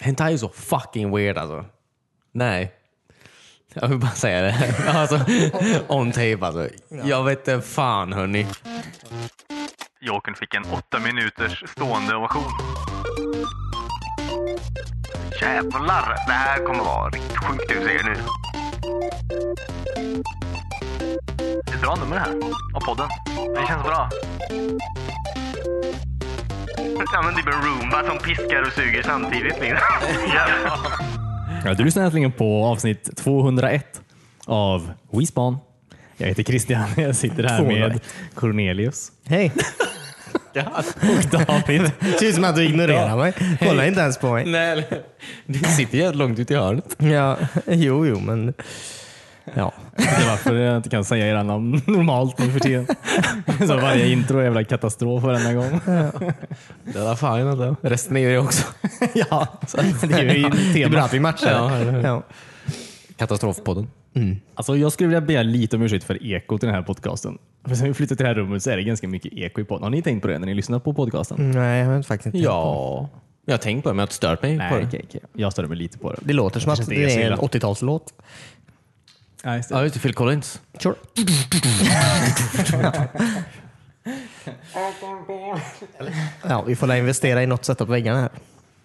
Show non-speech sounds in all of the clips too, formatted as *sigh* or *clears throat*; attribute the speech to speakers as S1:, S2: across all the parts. S1: Hentai är så fucking weird alltså. Nej. Jag vill bara säga det. *laughs* Alltså, on tape alltså. Jag vet inte fan hörni.
S2: Jokern fick en åtta minuters stående ovation. Jävlar, det här kommer vara riktigt sjukt det vi säger nu. Det är bra nummer här, av podden. Det känns bra. Ja men typ en Roomba som piskar och suger samtidigt. liksom. Jävlar.
S3: Ja, du lyssnar äntligen på avsnitt 201 av WeSpan. Jag heter Christian *laughs* jag sitter här med
S4: 201.
S3: Cornelius
S4: Hej!
S3: och *laughs* David.
S4: ser ut som att du ignorerar mig. Kolla inte ens på mig.
S1: Nej, eller- du sitter jävligt långt ut i hörnet. *laughs*
S4: Ja, jo, jo, men... Ja.
S3: Jag vet inte varför jag inte kan säga era namn *laughs* normalt nu för tiden. Så varje intro är jävla katastrof varenda gång.
S1: Det där fan inte. Resten är ju det också.
S4: ja.
S3: Det är ju
S4: Det är bra
S3: tema.
S4: att vi matchar.
S1: Ja, eller hur?
S4: Ja.
S1: Katastrofpodden.
S3: Alltså, jag skulle vilja be lite om ursäkt för ekot i den här podcasten. För sen vi flyttade till det här rummet så är det ganska mycket eko i podden. Har ni tänkt på det när ni lyssnar på podcasten?
S4: Nej, jag har faktiskt inte tänkt på
S1: Ja. Jag har tänkt på det men jag har inte stört mig på
S3: Nej,
S1: det.
S3: okej, okej. Jag störde mig lite på det.
S4: det. Det låter som att
S3: kanske inte är så
S4: det är en
S3: illa.
S4: 80-talslåt.
S3: Ja, just det.
S1: Ja just det, Phil Collins. *laughs*
S4: Sure. ja, vi får la investera i något sätt upp väggarna här.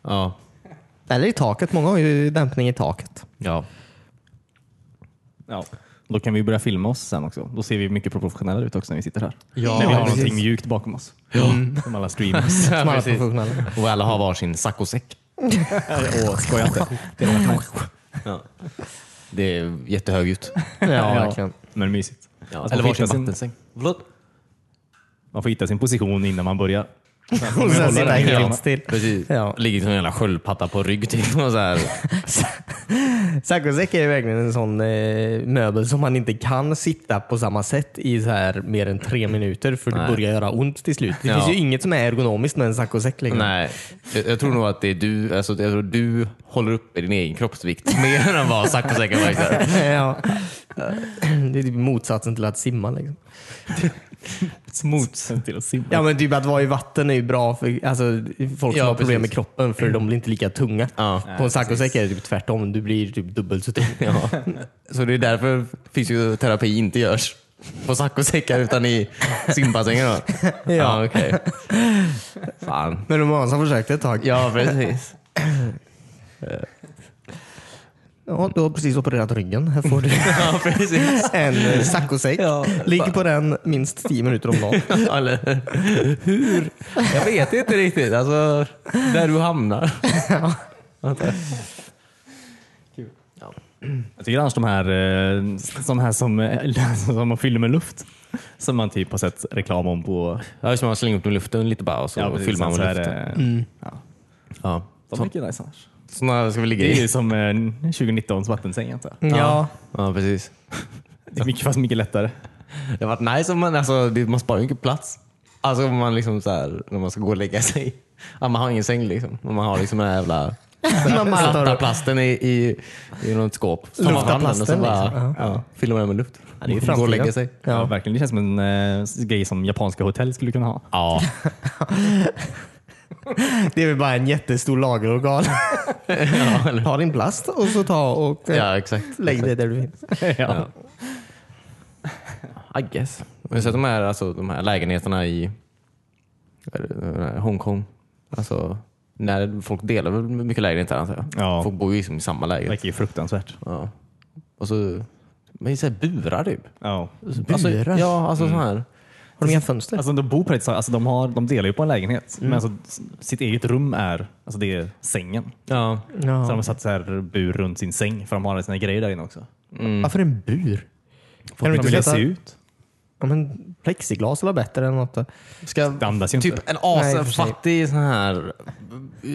S1: Ja.
S4: Eller i taket. Många har ju dämpning i taket.
S1: Ja.
S3: Ja. Då kan vi börja filma oss sen också. Då ser vi mycket professionella ut också när vi sitter här.
S1: Ja,
S3: när vi har
S4: precis.
S3: någonting mjukt bakom oss. Mm. Som alla streamers.
S4: Som alla
S1: precis.
S4: professionella.
S1: *laughs* Och alla har varsin saccosäck.
S3: Åh, skoja inte. Det hade varit nice.
S1: Det är jättehögljutt.
S4: Ja, verkligen.
S3: Men mysigt. Alltså,
S1: Eller
S3: man, får
S1: varsin
S3: hitta sin,
S1: vattensäng. Förlåt?
S3: man får hitta sin position innan man börjar.
S4: Och sen sitta
S3: den i
S4: helt
S3: filmen.
S4: still.
S1: Precis.
S4: Ja.
S1: Ligger som en jävla sköldpadda på rygg typ. Och så här.
S4: Saccosäck är ju verkligen en sån eh, möbel som man inte kan sitta på samma sätt i så här mer än tre minuter för det
S1: Nej.
S4: börjar göra ont till slut. Det
S1: Ja.
S4: finns ju inget som är ergonomiskt med en liksom. saccosäck längre.
S1: Nej, jag, jag tror nog att det är du, alltså, jag tror du håller upp din egen kroppsvikt *laughs* mer än vad saccosäcken faktiskt är.
S4: *laughs* ja. Det är typ motsatsen till att simma. Liksom.
S3: Smooth *laughs* till att simma.
S4: Ja men typ att vara i vatten är ju bra för alltså, folk som
S1: Ja,
S4: har problem
S1: precis. Mm.
S4: med kroppen för de blir inte lika tunga.
S1: Ja.
S4: På en saccosäck är det typ tvärtom. Du blir typ dubbelt så tung.
S1: Ja. Så det är därför fysioterapi inte görs på saccosäckar utan i simbassänger. då?
S4: Ja.
S1: okej. Fan.
S4: *laughs* Men det var många som försökte ett tag.
S1: Ja, precis.
S4: Ja, du har precis opererat ryggen. Här *laughs* får du
S1: Ja, precis.
S4: en eh, saccosäck.
S1: Ja.
S4: Ligg på den minst 10 minuter om dagen.
S1: *laughs* Eller hur? Jag vet inte riktigt. Alltså, där du
S4: *laughs*
S1: hamnar.
S3: Jag tycker annars de här, eh, de här som, *laughs* eh, som man fyller med luft. Som man typ har sett reklam om på...
S1: Ja, just det, man slänger upp den i luften lite bara och så
S3: precis,
S1: fyller man
S3: så
S1: med
S3: här,
S1: luften.
S3: eh,
S1: Ja.
S3: De är mycket nice annars.
S1: Sådana ska vi ligga
S3: Det är
S1: i.
S3: ju som eh, 2019s vattensäng antar jag.
S4: Ja.
S1: Ja, precis.
S3: Det är mycket, fast mycket lättare.
S1: Det har varit nice om man, alltså, det, man sparar ju mycket plats. Alltså om man liksom så här, när man ska gå och lägga sig. Ja, man har ingen säng liksom. Men Man har liksom den här jävla
S4: Man bara tar
S1: platta
S4: upp.
S1: plasten i, i, i något skåp. Så tar man fram den och så
S4: Luftaplasten,
S1: bara
S4: liksom.
S1: ja, fyller man den med luft.
S4: det är ju
S1: gå och
S4: framtiden.
S1: lägga sig.
S3: Ja. verkligen. Det känns som en eh, grej som japanska hotell skulle kunna ha.
S1: Ja,
S4: Det är väl bara en jättestor *laughs* lagerorgan.
S1: ja, eller,
S4: Ta din plast och så ta och eh,
S1: ja exakt.
S4: lägg det där du vill.
S3: *laughs* ja.
S1: I guess. Jag har sett de här, alltså, de här lägenheterna i vad är det, eh, Hongkong. Alltså, när folk delar väl mycket lägenheter antar jag.
S3: Ja.
S1: Folk bor ju liksom i samma
S3: Det
S1: lägenhet.
S3: verkar ju fruktansvärt.
S1: Ja. Och så, men i så här burar typ.
S3: Ja.
S1: Alltså,
S4: Burar?
S1: ja, alltså så
S3: Mm.
S1: här.
S4: Har de inga fönster?
S3: Alltså de bor på ett ställe- alltså, de, har, de delar ju på en lägenhet, men alltså, s- sitt eget rum är, alltså, det är sängen.
S1: Ja.
S3: Så de
S4: Ja.
S3: har satt så här bur runt sin säng för de har sina grejer där inne också.
S4: Varför en bur? Kan du
S3: de vill
S4: inte
S3: se
S4: sätta
S3: ut.
S4: ja, men plexiglas eller bättre eller något? eh? då?
S1: Ska,
S3: Det andas ju inte.
S1: typ en
S4: Nej, i och för sig.
S1: asfattig sån här eh,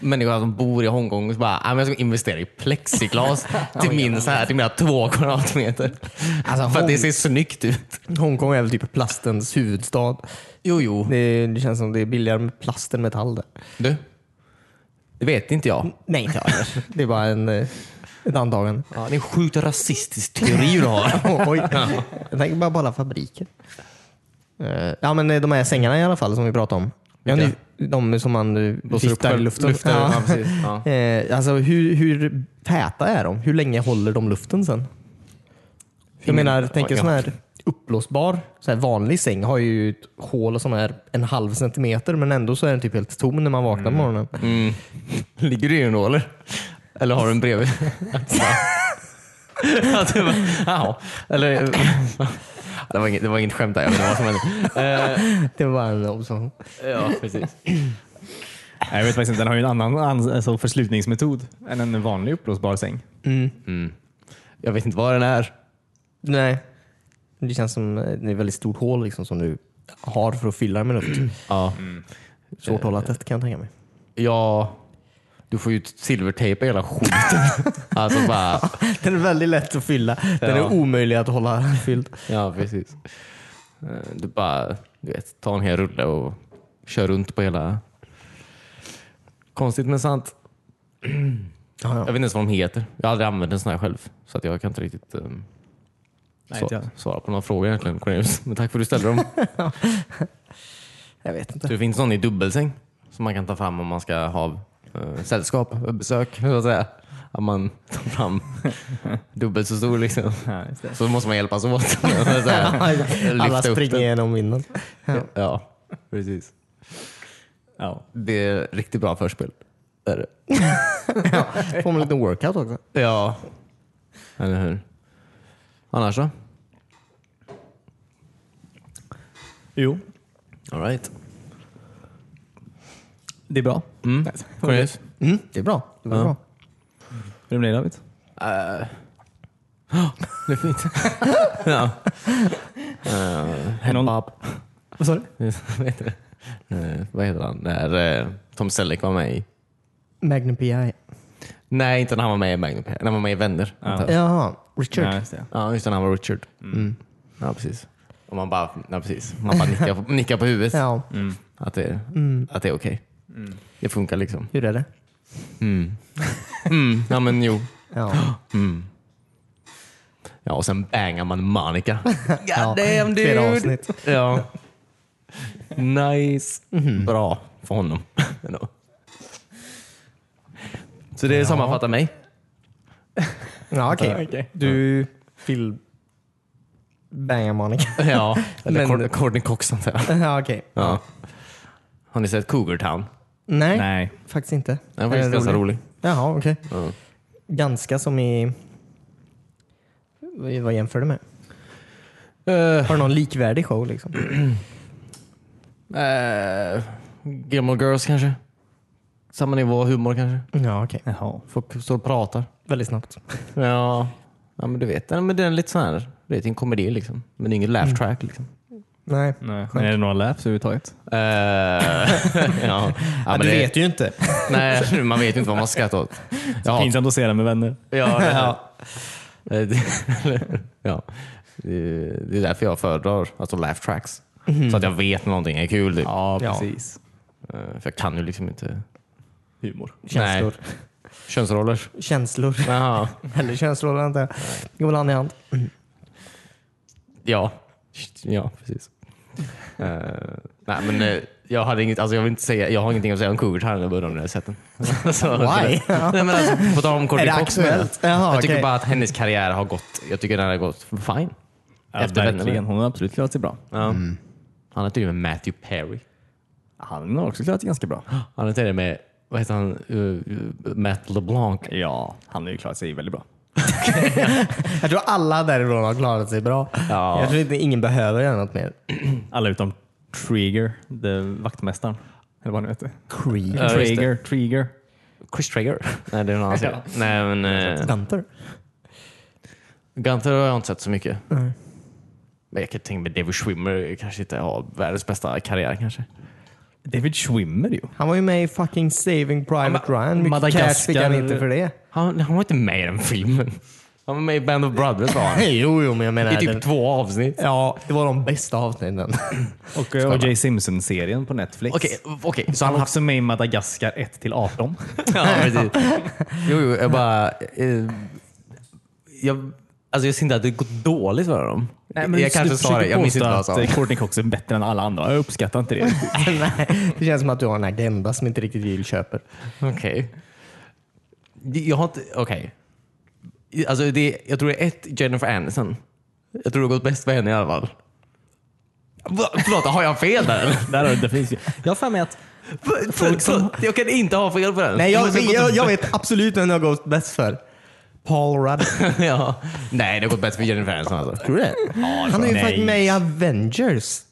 S1: människa som bor i Hongkong och så bara, "Ah, men jag ska investera i *laughs* plexiglas till, min, så här, till mina två kvadratmeter.
S4: Alltså,
S1: För att det
S4: Hong-
S1: ser snyggt ut.
S4: Hongkong är väl typ plastens huvudstad.
S1: Jo, jo.
S4: Det, det känns som det är billigare med plast än metall där.
S1: Du? Det vet inte jag.
S4: Nej, inte jag heller. Det är bara en, eh, ett antagande.
S1: Ja, det är en sjukt rasistisk *laughs* teori du
S4: *laughs*
S1: har.
S4: Oj. Jag tänker bara på alla fabriker. Eh, Ja men eh, de här sängarna i alla fall som vi pratade om. Ja,
S1: Vilka?
S4: nu- de som man eh,
S1: Blåser upp
S4: viftar i
S1: själv-
S4: luften.
S1: luften,
S4: Ja.
S1: ja, precis. Ja.
S4: Eh, alltså hur, hur täta är de? Hur länge håller de luften sen? Jag menar, tänk en sån här uppblåsbar så här vanlig säng har ju ett hål som är en halv centimeter men ändå så är den typ helt tom när man vaknar på morgonen.
S1: Mm. Ligger du i den då eller? Eller har du en *laughs* bredvid? Att du bara, "Jaha." eller, det, var inget, det var inget skämt där, jag vet inte vad som hände. Eh,
S4: *laughs* Det var en observation.
S1: ja, precis.
S3: Nej, Jag vet faktiskt inte, den har ju en annan ans- alltså förslutningsmetod än en vanlig uppblåsbar säng.
S1: Jag vet inte vad den är.
S4: Nej. Det känns som eh, det är ett väldigt stort hål liksom, som du har för att fylla med luft.
S1: *clears throat* Ja.
S4: Svårt att hålla tätt kan jag tänka mig.
S1: ja, du får ju silvertejpa hela *laughs* skiten. alltså bara,
S4: *laughs* Den är väldigt lätt att fylla.
S1: Ja.
S4: Den är omöjlig att hålla *laughs* fylld.
S1: ja precis. Eh, Du bara, du vet, ta en hel rulle och kör runt på hela... Konstigt men
S3: *clears throat*
S1: sant.
S4: Ja, ja.
S1: Jag vet inte ens vad de heter. Jag har aldrig använt en sån här själv. Så att jag kan inte riktigt eh,
S3: Nej, inte
S1: sva-
S3: jag.
S1: svara på några frågor egentligen Cornelius. *laughs* Men tack för att du ställde
S3: *laughs*
S1: dem.
S4: Jag vet inte.
S1: det finns någon i dubbelsäng som man kan ta fram om man ska ha eh, sällskap, besök. Så att, säga. att man tar fram
S3: *laughs*
S1: dubbelt så stor liksom.
S3: Ja, just det.
S1: Så måste man hjälpas åt. *laughs* Så att säga,
S4: *laughs* Alla
S1: lyfta upp
S4: springer
S1: den.
S4: genom vinden.
S1: Ja, precis.
S3: Ja.
S1: Det är riktigt bra förspel. Det är det.
S4: Får man en liten workout också.
S1: Ja. Eller hur? Annars då?
S3: Jo,
S1: All right.
S3: det är bra.
S1: Mm.
S3: Nej,
S1: Cornelius?
S4: Mm, det är bra. Det var
S1: Ja.
S4: bra.
S3: Hur blir det David?
S1: Eh. *gasps* Det är *laughs* fint. ja.
S3: Någon... Vad sa du?
S1: vad, heter det? Eh, vad heter han? När eh, Tom Selleck var med i...
S4: Magnum PI.
S1: Nej, inte när han var med i Magnum. När han var med i Vänner.
S3: Ja.
S1: antar jag.
S4: Jaha, Richard.
S3: Ja, just det.
S1: ja just det. När han var Richard. Mm. Ja, precis. Och man bara, ja, precis. Man bara nickar, på- nickar på huvudet.
S4: Ja.
S1: Att det, att det är okej. Det funkar liksom.
S4: Hur är det?
S1: Mm. Mm. Ja, men jo.
S4: Ja.
S1: Ja, och sen bangar man *laughs* Monica.
S4: Ja,
S1: God damn dude!
S4: flera avsnitt.
S1: Ja. Mhm. Nice. Bra för *laughs* honom. Ändå. Så det sammanfattar mig.
S4: Ja, okej.
S3: Okej.
S4: Du vill banga Monica.
S1: Ja, *laughs* eller
S4: Men-
S1: Courtney- Courtney Cox antar jag.
S4: *laughs* ja, okej.
S1: Ja. Har ni sett Cougar Town?
S4: Nej,
S3: Nej.
S4: faktiskt inte.
S1: Den var
S4: Är
S1: faktiskt ganska Eh, rolig.
S4: Jaha, okej.
S1: Ja.
S4: Ganska som i... Vad jämför du med?
S1: Uh,
S4: Har du någon likvärdig show liksom?
S1: Eh, Gilmore Girls kanske? Samma nivå humor kanske?
S4: *clears throat* Ja, okej.
S3: Jaha.
S1: Folk står och pratar.
S4: Väldigt snabbt.
S1: Ja, ja men du vet. Ja, men det är lite sån här, du vet, en komedi liksom. Men det är ingen laugh track liksom.
S4: Nej.
S3: Nej. Men är det några laps överhuvudtaget?
S1: Eh, *laughs* ja.
S4: Ja,
S1: men
S4: du
S1: det-
S4: vet ju inte.
S1: Nej, *laughs* man vet ju inte vad man ska skratta åt. Ja,
S3: Pinsamt att se den med vänner.
S1: ja, det, Eh, det- *laughs* ja. Det är- det är därför jag föredrar alltså laugh tracks. Så att jag vet när någonting är kul. typ.
S3: Ja,
S4: Ja.
S3: precis.
S1: Eh, För jag kan ju liksom inte...
S3: Humor.
S4: Känslor.
S1: Könsroller.
S4: Känslor. *laughs*
S1: Jaha.
S4: Eller känslor, antar jag. Går väl hand i hand.
S1: Ja. Ja, precis. Eh, nej, men eh, jag hade inget, alltså jag vill inte säga, jag har ingenting att säga om Cougars här när jag börjar om den här sätten. *laughs* Så-
S4: Why?
S1: nej, men alltså, på tal om Courtney
S4: Är det
S1: Cox menar jag.
S4: aktuellt? Jaha,
S1: jag tycker
S4: okej.
S1: bara att hennes karriär har gått, jag tycker den har gått fine.
S3: Ja,
S1: Efter vännerna.
S3: verkligen. Hon har absolut klarat sig bra.
S1: Ja. Han är tydligen med Matthew Perry.
S3: Han har också klarat sig ganska bra.
S1: Han är tydligen med, vad heter han, uh, Matt LeBlanc.
S3: Ja, han har ju klarat sig väldigt bra.
S4: Jag tror alla därifrån har klarat sig bra.
S1: Ja.
S4: Jag tror inte ingen behöver göra något mer.
S3: Alla utom Trigger, the vaktmästaren. Eller vad han heter.
S4: Creed.
S1: Ja, just det.
S3: Trigger, Trigger.
S1: Chris Traeger? Nej, det är någon annan serie. Nej, men eh,
S4: Gunter.
S1: Gunther har jag inte sett så mycket. Men jag kan tänka mig David Schwimmer kanske inte har världens bästa karriär kanske.
S3: David Schwimmer ju.
S4: Han var ju med i fucking Saving Private
S1: Ja, men-
S4: Ryan. Mycket
S3: Madagaskar-
S4: cash fick han inte för det.
S1: Han, han var inte med i den filmen. Han var med i Band of Brothers var han.
S4: jo, jo, men jag menar...
S1: I
S4: den-
S1: typ två avsnitt.
S4: Ja, det var de bästa avsnitten. *laughs*
S3: Och eh, O.J. Simpson-serien på Netflix.
S1: Okej, okej. *laughs*
S3: Så han har också med i Madagaskar 1-18.
S1: Ja, precis. Jo, jo, jag bara... Eh, jag Alltså jag ser inte att det gått dåligt för dem.
S3: *laughs* Nej, men typ
S1: jag
S3: du-
S1: kanske
S3: du
S1: sa det,
S3: försöker
S1: jag minns inte vad jag
S3: påstå
S1: sa.
S3: att Courtney Cox är bättre än alla andra. Jag uppskattar inte det.
S4: Nej, det känns som att du har en agenda som inte riktigt vill köper.
S1: Okej. Det- Jag har inte... Okej. Alltså det, jag tror det är ett Jennifer Aniston. Jag tror det har gått bäst för henne i alla fall. Va? Förlåt, har jag fel där *laughs* eller?
S3: *laughs* Där har du definitivt. Jag har för mig att
S1: För- för- för- Jag kan inte ha fel på den.
S4: Nej,
S1: Det
S4: jag,
S1: måste ha
S4: jag,
S1: gått
S4: jag, vet absolut vem det har gått bäst för. Paul Rudd.
S1: ja. Nej, det har gått bättre för Jennifer Aniston alltså.
S4: Tror du det? Han är ju
S3: Nej.
S4: faktiskt med i Avengers.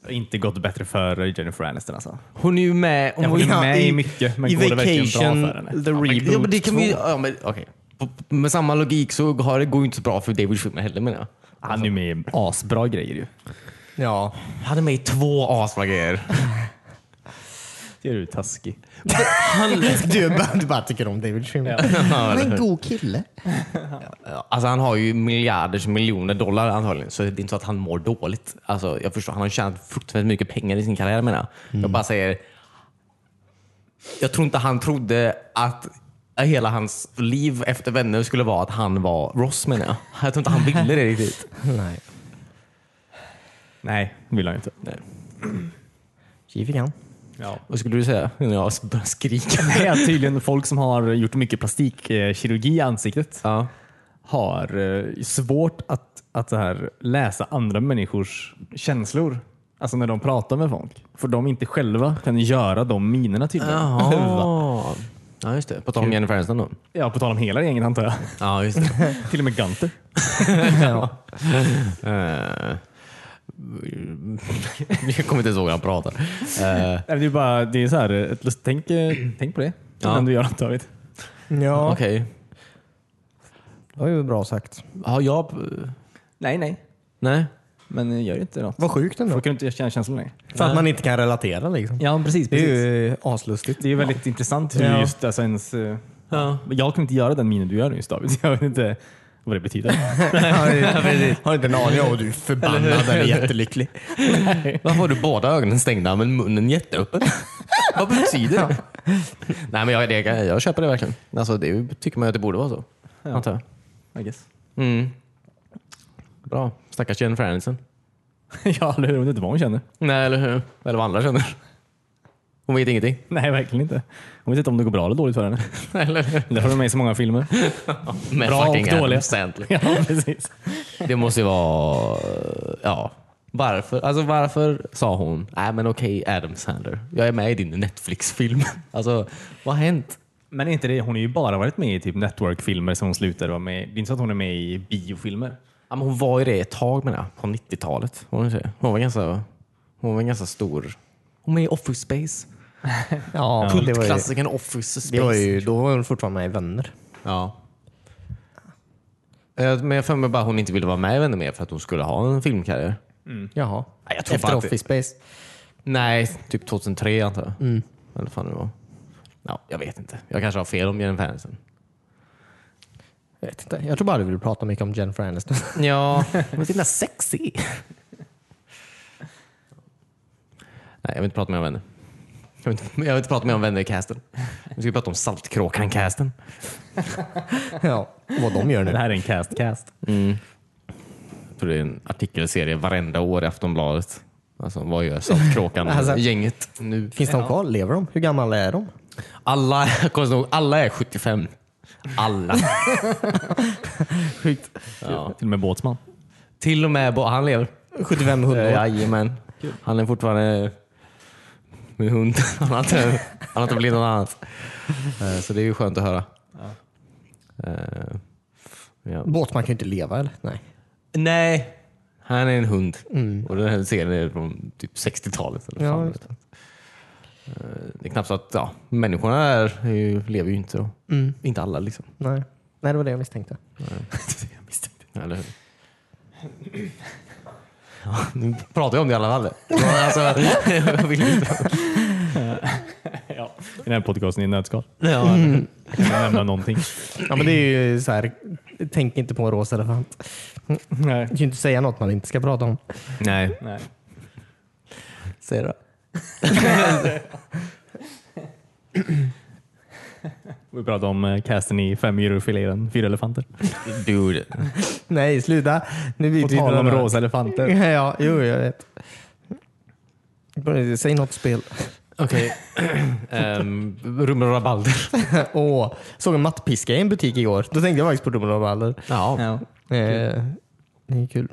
S3: det har inte gått bättre för Jennifer Aniston alltså.
S1: Hon är ju med... Hon
S3: Jag
S1: var ju
S3: håller
S4: Ja,
S3: med
S4: i-
S3: i mycket, men
S4: I
S3: går det verkligen
S4: Vacation,
S3: bra för henne?
S4: The Reboot
S1: ja, men det kan vi,
S4: 2.
S1: ja, men, okej. På- på- Med samma logik så har det, går ju inte så bra för David Schwimmer heller menar jag.
S3: Han är ju med i asbra grejer ju.
S4: Ja.
S1: Han är med i två asbra grejer.
S3: Det är du taskig.
S4: *laughs* Du, bara- du bara tycker om David *laughs* Schwimmer. Han är en god kille.
S1: Alltså han har ju miljarders miljoner dollar antagligen, så det är inte så att han mår dåligt. Alltså, jag förstår, han har tjänat fruktansvärt mycket pengar i sin karriär menar jag. Jag bara säger, jag tror inte han trodde att hela hans liv efter vänner skulle vara att han var Ross menar jag. Jag tror inte han ville det riktigt.
S4: Nej.
S3: Nej, vill han inte.
S4: Tji fick han.
S3: Ja.
S1: Vad skulle du säga innan jag började *laughs* skrika?
S3: Det är tydligen folk som har gjort mycket plastikkirurgi i ansiktet
S1: Ja.
S3: har eh, svårt att, att så här, läsa andra människors känslor. Alltså när de pratar med folk. För de inte själva kan göra de minerna tydligen.
S1: *laughs* Jaha. Ja, just det. På tal om Jennifer Aniston då.
S3: *laughs* Ja, på tal om hela gänget antar jag.
S1: Ja, just *laughs* det.
S3: *laughs* Till och med Gunther.
S1: Eh, jag kommer inte ens ihåg hur han pratar. Eh,
S3: Nej, Det är bara, det är så här, ett lust, tänk, eh, tänk på det.
S1: Ja.
S3: Innan du gör något av det.
S4: Ja,
S1: Okej.
S4: det var ju bra sagt.
S1: Har jag...
S3: Nej, nej.
S1: Nej.
S3: Men eh, gör inte något.
S4: Vad sjukt ändå.
S3: Då kan du inte känna känslorna längre.
S4: För att man inte kan relatera liksom.
S3: Ja, precis.
S4: Det är
S3: precis.
S4: ju aslustigt.
S3: Det är ju väldigt intressant hur
S4: Ja.
S3: just alltså, ens... eh,
S1: Ja.
S3: Jag kan inte göra den minen du gör just David. *laughs* Jag vet inte vad det betyder.
S4: Har inte en aning om du är förbannad eller jättelycklig.
S1: Varför har du båda ögonen stängda men munnen jätteöppen? Vad betyder det? Nej men jag, det, jag köper det verkligen. Alltså, det tycker man ju att det borde vara så. Antar jag.
S3: *laughs* I guess.
S1: Mm. Bra. Stackars Jennifer Aniston.
S3: *laughs* ja, eller hur? Hon vet inte vad hon känner.
S1: Nej eller hur? Eller vad andra känner. Hon vet ingenting.
S3: Nej, verkligen inte. Hon vet inte om det går bra eller dåligt för henne.
S1: Eller hur?
S3: Därför är hon med i så många filmer. *laughs*
S1: Med
S3: Bra och
S1: fucking Adam
S3: dåliga.
S1: Sandler.
S3: ja, precis.
S1: Det måste ju vara... Ja. Varför, alltså varför sa hon, nej men okej Adam Sandler, jag är med i din Netflix-film. *laughs* Alltså, vad har hänt?
S3: Men är inte det, hon har ju bara varit med i typ network-filmer som hon slutade vara med i. Det är inte så att hon är med i biofilmer.
S1: Ja, men hon var ju det ett tag med det, på 90-talet. Hon, hon, var ganska, hon var ganska stor. Hon var i Office Space.
S4: Ja, det var ju,
S1: Kultklassikern Office Space.
S4: det var ju, då var hon fortfarande med i Vänner.
S1: Ja. Eh, Men jag får mig bara att hon inte ville vara med i Vänner mer för att hon skulle ha en filmkarriär.
S4: Jaha.
S1: Nej, jag tror
S4: Efter
S1: fan
S4: Office
S1: att det-
S4: Space. Mm.
S1: Nej, typ 2003 antar jag. Eller vad fan det var. Ja, jag vet inte. Jag kanske har fel om Jennifer Aniston.
S4: Jag vet inte. Jag tror bara du vill prata mycket om Jennifer Aniston.
S1: *laughs* Ja, hon är så himla sexy. Nej, jag vill inte prata mer om vänner. Jag vill inte, jag vill inte prata mer om vänner i casten. Vi ska prata om Saltkråkan-casten.
S4: *laughs* ja, vad de gör
S3: Det
S4: nu.
S3: här är en cast-cast.
S1: Jag tror det är en artikelserie varenda år i Aftonbladet. Alltså, vad gör Saltkråkan
S4: Alltså-
S1: och gänget nu?
S4: Finns de kvar? Lever de? Hur gamla är de?
S1: Alla, konstigt nog, alla är 75.
S4: *laughs*
S1: Alla.
S4: Sjukt.
S1: Ja.
S3: Till och med Båtsman.
S1: Till och med, bo- han lever.
S4: 75-100 år.
S1: Eh, Jajamän. Han är fortfarande med hund. *laughs* Han har inte, han har inte blivit något annat. Eh, Så det är ju skönt att höra. Eh, Ja.
S4: Båtman kan ju inte leva eller? Nej.
S1: Nej, Mm. han är en hund. Och den här serien är från typ 60-talet. Eller
S4: Ja,
S1: fan
S4: just
S1: vet jag. Eh, det är knappt så att ja, människorna här är ju, lever ju inte. Och, Inte alla liksom.
S4: Nej. Nej, det var det jag misstänkte.
S1: *laughs* jag misstänkte. Eller hur? Ja, nu pratar jag om det i alla *laughs* fall. Ja, Alltså, jag vill inte.
S3: Ja. Den här podcasten är en nötskal.
S1: Ja,
S3: Kan jag nämna någonting?
S4: Ja, men det är ju så här. Tänk inte på en rosa elefant.
S3: *laughs* Nej.
S4: Du kan ju inte säga något man inte ska prata om.
S1: Nej.
S3: Nej.
S1: Säg då.
S3: Vi pratade om eh, casten i Fem djurfiléer, fyra elefanter.
S1: Dude.
S4: Nej, sluta. Nu blir
S3: På
S4: det
S3: tal om
S4: några-
S3: rosa elefanter.
S4: Ja, jo, jag vet. Börja- Säg
S3: *laughs*
S4: något spel.
S1: Okej. *clears throat* Ehm, Rummen och rabalder.
S4: Åh, såg en mattpiska i en butik igår. Då tänkte jag faktiskt på Rummen och Rabalder.
S1: Ja.
S3: Ja. Mm.
S4: Eh, det är kul.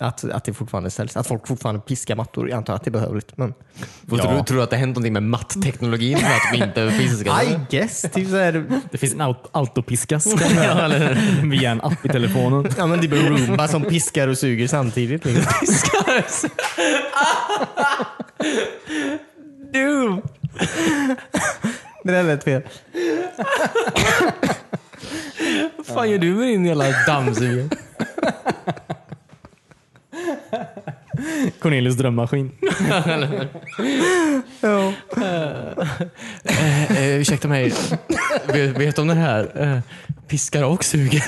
S4: Att, att det fortfarande säljs. Att folk fortfarande piskar mattor. Jag antar att det är behövligt. Men...
S1: Tror du- Tror du att det har hänt någonting med mattteknologin för att de inte finns?
S4: I guess. Typ så här,
S3: Det finns en aut- autopiskas *laughs* ja, eller- via en app i telefonen.
S4: ja, men det är bara Roomba som piskar och suger
S3: *laughs*
S4: samtidigt. Liksom.
S1: Dude.
S4: Det där lät fel.
S1: Vad fan gör du med din jävla dammsugare?
S3: Cornelius drömmaskin.
S4: *laughs* Ja.
S1: *laughs* Eh, eh, ursäkta mig. Vet, vet du om den här? Eh, piskar och suger.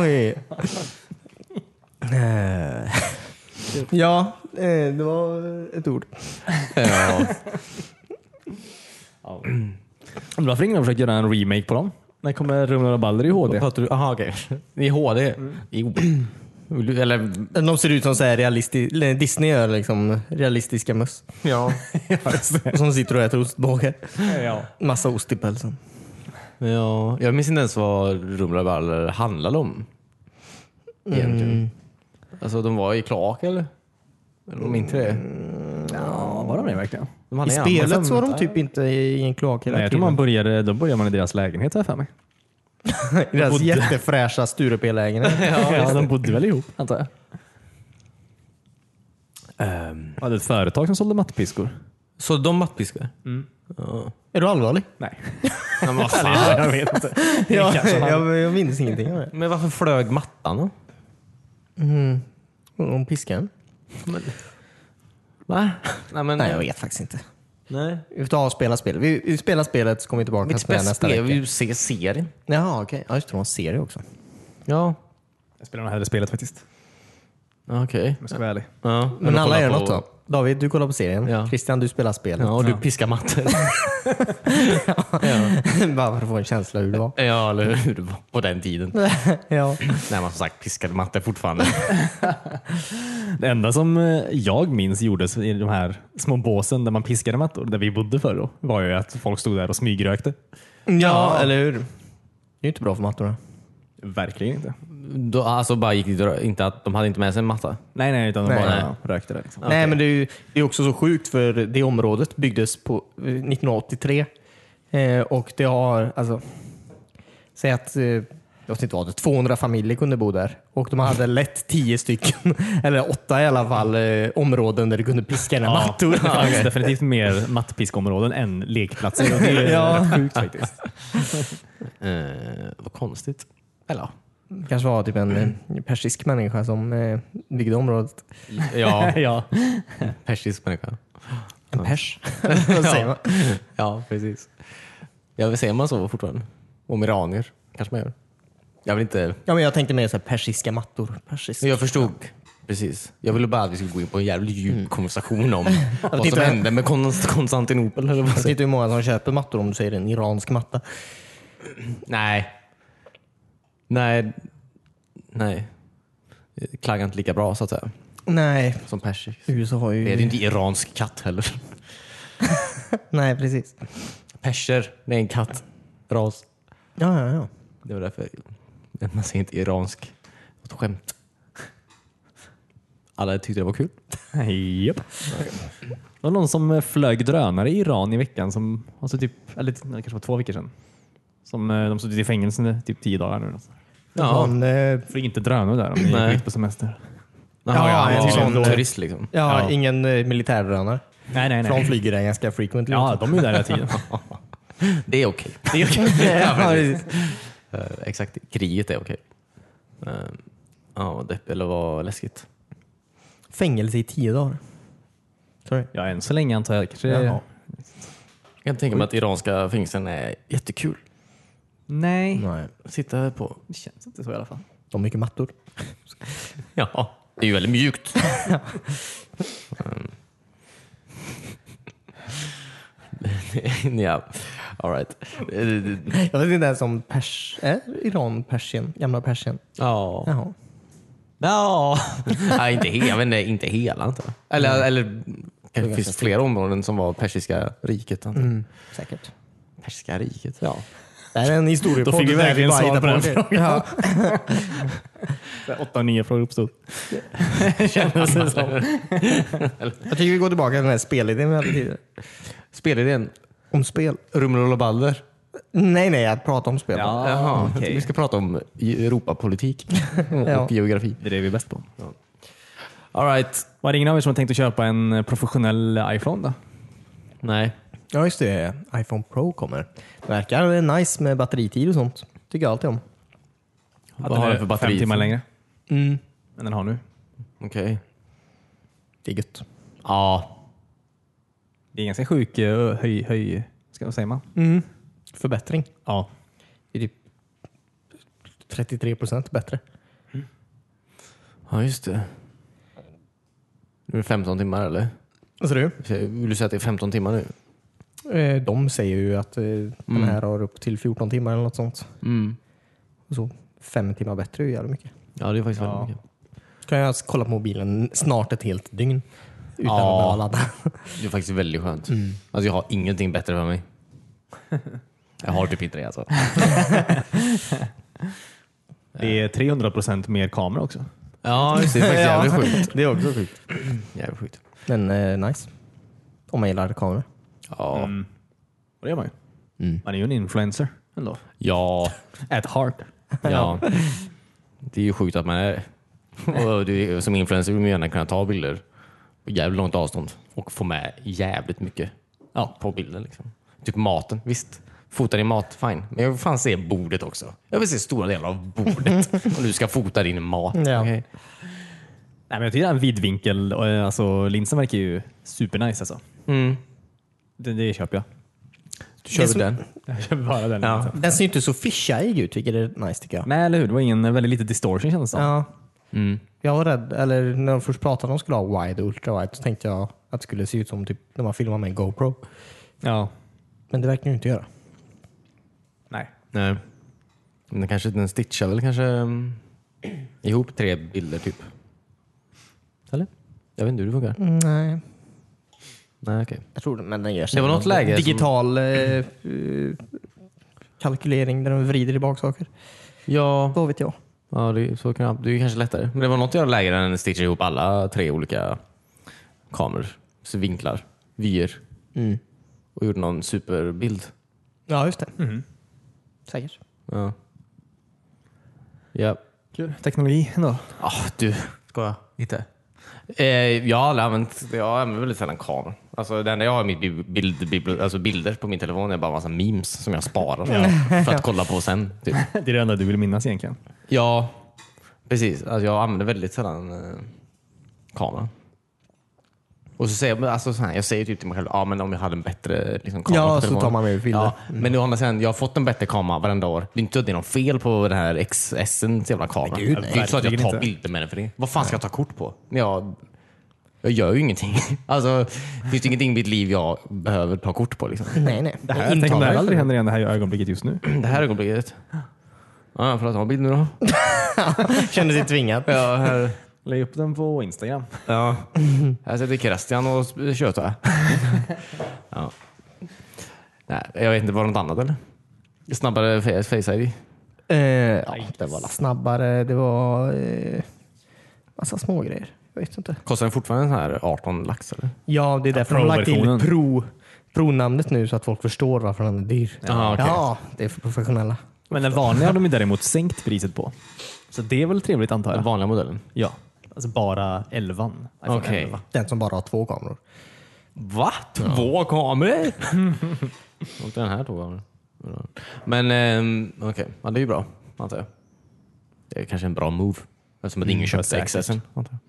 S4: Oj. Eh, Ja, eh, det var ett ord.
S1: Ja.
S3: Det var för ingen försöker göra en remake på dem. När kommer Rumlar och Balder i HD?
S1: Pratar du? Aha, okej. I HD? Jo. Vill du- Eller
S4: De ser ut som så här realisti- eller Disney gör liksom realistiska möss.
S1: ja.
S4: Som sitter och äter ostbågar.
S3: Ja.
S4: Massa ost i pälsen.
S1: ja. Jag minns inte ens vad Rumlar Baller handlade om. Egentligen. Alltså de var i kloak eller? Eller de inte det?
S3: ja, var de det verkligen?
S1: De
S4: I
S1: hade en
S4: spelet
S1: Amazon.
S4: så var de typ inte i en kloak hela
S3: Nej, jag tror man började, då började man i deras lägenhet har jag för mig.
S4: I deras
S3: bodde-
S4: jättefräscha Sturepellägenhet.
S3: Ja, de bodde väl ihop antar jag.
S1: Ehm,
S3: hade ett företag som sålde mattpiskor.
S1: så de mattpiskar?
S4: Mm. Är du allvarlig?
S3: Nej,
S1: Men, vad fan?
S3: *laughs* jag vet inte.
S4: Ja,
S3: kanske han
S4: jag, jag minns ingenting av det.
S1: men varför flög mattan då?
S4: Om piskan?
S1: Va? Nej, men,
S4: Nej, jag vet faktiskt inte.
S1: Nej.
S4: Vi får ta och spela spel. Vi, vi spelar spelet så kommer vi tillbaka
S1: Mitt
S4: till det
S1: bästa
S4: nästa
S1: spel är
S4: vecka.
S1: ju se serien.
S4: Jaha, okej. Ja, just det. De har en serie också.
S1: Ja,
S3: Jag spelar nog hellre spelet faktiskt.
S1: okej.
S3: Om jag ska vara ärlig.
S1: Ja,
S4: Men
S1: de
S4: alla
S1: kollar
S4: gör
S1: på-
S4: något då. David, du kollar på serien.
S1: Ja.
S4: Christian, du spelar spelet.
S1: Ja, och du piskar *laughs* mattor.
S4: *laughs* Bara för att få en känsla hur det var.
S1: ja, eller hur det var på den tiden.
S4: *laughs* ja.
S1: När man som sagt piskade mattor fortfarande.
S3: Det enda som eh, jag minns gjordes i de här små båsen där man piskade mattor, där vi bodde förr då, var ju att folk stod där och smygrökte.
S4: Ja, eller hur? Det är ju inte bra för mattorna.
S3: Verkligen inte.
S1: Då, alltså bara gick det inte att de hade inte med sig en matta.
S3: Nej, nej, utan de
S4: Nej,
S3: bara
S1: nej.
S3: rökte där. Liksom.
S4: Nej, men det är, ju, det är också så sjukt för det området byggdes på eh, 1983 eh, och det har, alltså, säg att eh, jag vet inte vad det, 200 familjer kunde bo där och de *laughs* hade lätt 10 stycken, *laughs* eller åtta i alla fall, eh, områden där du kunde piska dina mattor.
S3: Det
S4: *laughs*
S3: fanns definitivt mer mattpiskområden än lekplatser. Och *laughs* det är
S4: Ja.
S3: rätt sjukt faktiskt.
S1: Eh, vad konstigt. Eller
S4: kanske var typ en eh, persisk människa som eh, byggde området.
S1: *laughs* ja,
S3: ja.
S1: persisk människa.
S4: En
S1: *laughs*
S4: pers? Vad säger man?
S1: Ja, precis. Ja, men säger man så fortfarande? Om iranier kanske man gör. Jag vill inte...
S4: Ja, men jag tänkte mer så här persiska mattor. Persiska.
S1: Jag förstod. Precis. Jag ville bara att vi skulle gå in på en jävligt djup
S4: Mm.
S1: konversation
S4: *laughs*
S1: om vad som
S4: tittar-
S1: hände med Konst- Konstantinopel. Eller vad
S4: Jag vet
S1: säger-
S4: inte hur många som köper mattor om du säger en iransk matta.
S1: Nej. Nej. Nej. Det klaggar inte lika bra så att säga.
S4: Nej,
S1: Som persisk.
S4: USA har ju...
S1: Det är ju inte iransk katt heller.
S4: Nej, precis.
S1: Perser, det är en kattras.
S4: Ja, ja, ja.
S1: Det var därför man säger inte iransk. Något skämt. Alla tyckte det var kul.
S3: Japp. Det var någon som eh, flög drönare i Iran i veckan, som, alltså typ, eller det kanske var två veckor sedan. Som, eh, de suttit i fängelse nu, typ tio dagar nu. eller något sånt.
S1: Ja,
S4: Sån, eh, ja,
S3: Flyg inte drönare där om ni
S1: Nej.
S3: är ute på semester.
S1: Jaha, ja, han
S4: en
S1: var
S4: sån-
S1: en turist liksom.
S3: Ja.
S4: ingen eh, militärdrönare.
S3: Nej, nej,
S4: För de
S3: nej.
S4: flyger där ganska frequently.
S3: Ja,
S4: också.
S3: de är ju där hela *laughs* tiden.
S1: Det är okej.
S3: Det är okej.
S1: *laughs* Ja,
S4: Ja,
S1: precis.
S4: precis.
S1: Eh, exakt, kriget är okej. Okay. Ja, vad depp, eller vad läskigt.
S4: Fängelse i tio dagar. Sorry.
S3: Ja, än så länge antar jag. Kanske,
S4: Jaha.
S1: Jag kan tänka mig att iranska fängelsen är jättekul
S3: Nej,
S4: Nej,
S1: att sitta på.
S3: det känns inte så i alla fall.
S4: de har mycket mattor.
S3: *laughs*
S1: Eh. Ja, det är ju väldigt mjukt. *laughs* ja, all right. Eh,
S4: Jag vet inte ens om pers är Iran Persien, gamla Persien.
S1: Ja.
S4: Jaha.
S1: *laughs* Ja. Mm. Nej, inte hela. Men nej, inte hela antar jag. Eller, eller kanske det finns flera områden som var Persiska riket. antar jag.
S4: Säkert.
S1: Persiska riket, Mm. ja. *laughs*
S4: Det här är en historiepodd.
S3: Då fick vi
S4: där
S3: verkligen
S4: bara
S3: svar
S4: hittar
S3: på den
S4: grejer.
S3: frågan.
S4: Ja.
S3: *laughs* Så här Åtta och nio frågor uppstod.
S1: Kändes det som.
S4: Jag tycker vi går tillbaka till den här spelidén vi hade tidigare.
S1: Spelidén,
S4: Om spel?
S1: Rumlor och Balder.
S4: Nej, nej, att prata om spel.
S1: Jaha,
S3: okej.
S1: Vi ska prata om *laughs* Europapolitik och
S4: Ja.
S1: geografi.
S3: Det är det vi är bäst på.
S1: All right.
S3: Var det ingen av er som har tänkt att köpa en professionell iPhone då?
S1: Nej.
S4: Ja, just det. iPhone Pro kommer. Det verkar nice med batteritid och sånt. Tycker jag alltid om.
S3: Att
S1: har
S3: är
S1: den för batteri?
S3: Fem timmar längre än den har nu.
S1: Okej.
S4: Det är gött.
S1: Ja.
S3: Det är ganska sjuk eh, höj... höj ska, vad säger man?
S4: Förbättring.
S3: Ja.
S4: Det är typ 33 procent bättre.
S1: ja, just det. Nu är det 15 timmar eller?
S4: Vad säger du?
S1: Vill du säga att det är 15 timmar nu?
S4: Eh, De säger ju att eh, den här har upp till 14 timmar eller något sånt.
S1: Mm.
S4: Och Så fem timmar bättre är ju jävligt mycket.
S1: Ja, det är faktiskt
S3: Ja.
S1: väldigt mycket.
S4: Kan jag alltså kolla på mobilen snart ett helt dygn utan
S1: Ja.
S4: att behöva ladda.
S1: Det är faktiskt väldigt skönt. Alltså, jag har ingenting bättre för mig. *laughs* jag har typ inte det alltså.
S3: Det är 300 procent mer kamera också.
S1: Ja, just det. Det är faktiskt jävligt sjukt.
S4: Det är också sjukt.
S1: Jävligt sjukt.
S4: Men eh, nice. Om man gillar kameror.
S1: Ja.
S3: Och det gör man ju. Man är ju en influencer ändå.
S1: Ja.
S3: At heart.
S1: Ja. Det är ju sjukt att man är... Och du, som influencer vill man gärna kunna ta bilder på jävligt långt avstånd och få med jävligt mycket ja. på bilden. Liksom. Typ maten, visst. Fota din mat, fine. Men jag vill fan se bordet också. Jag vill se stora delar av bordet om du ska fota din mat.
S4: Ja.
S1: Okej.
S3: Nej, men jag tycker den vidvinkel, och, eh, alltså linsen verkar ju supernice alltså. Det, det köper jag.
S1: Då kör
S4: Det
S1: vi
S4: som-
S1: den.
S3: *laughs* Jag köper bara den.
S1: Ja.
S3: linsen.
S4: Den ser ju inte så fishig ut vilket är nice tycker jag.
S3: Nej, eller hur? Det var ingen väldigt lite distortion kändes det som.
S4: Ja. Jag var rädd, eller när de först pratade om att de skulle ha wide och ultra wide så tänkte jag att det skulle se ut som typ när man filmar med en GoPro.
S3: ja.
S4: Men det verkar ju inte göra.
S3: Nej.
S1: Nej. Men den, kanske, den stitchar väl kanske mm, ihop tre bilder typ? Eller? Jag vet inte hur det
S4: Mm.
S1: funkar.
S4: Nej,
S1: Nej, okej.
S4: jag tror det. Men den gör
S1: Det var något läge som-
S4: Digital eh, eh, kalkylering där de vrider tillbaka saker.
S1: Ja.
S4: Vad vet jag?
S1: Ja, det, så kan jag, det är ju kanske lättare. Men det var något jag lägger när den stitchade ihop alla tre olika kameror, så vinklar, vyer och gjorde någon superbild.
S4: Ja, just det.
S1: Mhm.
S4: Säkert.
S1: Ja. Ja.
S3: Kul. Teknologi ändå.
S1: Ah, du. Ska jag? Inte? Eh, jag har aldrig använt, jag använder väldigt sällan kameror. Alltså, det enda jag har i mitt bi- bild, bild, alltså bilder på min telefon är bara en massa memes som jag sparar för att kolla på sen. Typ.
S3: *laughs* Det är det enda du vill minnas egentligen.
S1: Ja, precis. Alltså, jag använder väldigt sällan eh, kameran. Och så säger jag, men alltså, så här, jag säger typ till mig själv, ah, men om jag hade en bättre liksom, kamera
S4: Ja,
S1: på
S4: så
S1: telefonen."
S4: tar man med bilder.
S1: Ja, Men å andra sidan, jag har fått en bättre kamera varenda år. Det är inte så att det är något fel på den här XS-ens jävla kamera.
S4: gud,
S1: det är inte så att jag
S3: verkligen
S1: tar
S3: inte.
S1: bilder med den för det. Vad fan ska jag ta kort på? När Jag, jag gör ju ingenting. *laughs* Alltså, det finns ju ingenting i mitt liv jag behöver ta kort på. Liksom. *clears throat*
S4: Nej, nej.
S3: Det här, tänk om det här aldrig händer igen, det här ögonblicket just nu.
S1: Det här ögonblicket. Ja, jag får ta en bild nu då.
S4: Kände sig tvingad.
S1: Ja, här.
S3: *clears throat* Lägg upp den på Instagram.
S1: Ja. *laughs* Här sitter Christian och sp-
S3: *laughs*
S1: tjötar. ja. Nej, jag vet inte, var det något annat eller? Snabbare fa- Face ID?
S4: Eh, ja, det var snabbare, det var eh, massa små grejer. Jag vet inte.
S1: Kostar den fortfarande så här 18 lax eller?
S4: Ja, det är därför de har lagt
S3: Pro-versionen.
S4: till pro, pro-namnet nu så att folk förstår varför den är dyr.
S1: Ja, okej.
S4: ja det är för professionella.
S3: *laughs* Men den vanliga har de ju däremot sänkt priset på. Så det är väl trevligt antar
S1: Den
S3: jag?
S1: vanliga modellen?
S3: Ja. Alltså bara 11. iPhone
S1: Okej.
S3: 11.
S4: Den som bara har två kameror.
S1: Va? Två
S3: *laughs*
S1: kameror? och den här två kameror. Men ehm, okej, ja, det är ju bra antar jag. Det är kanske en bra move. Eftersom att ingen köpte
S3: Mm, säkert.
S1: XS'en. antar jag.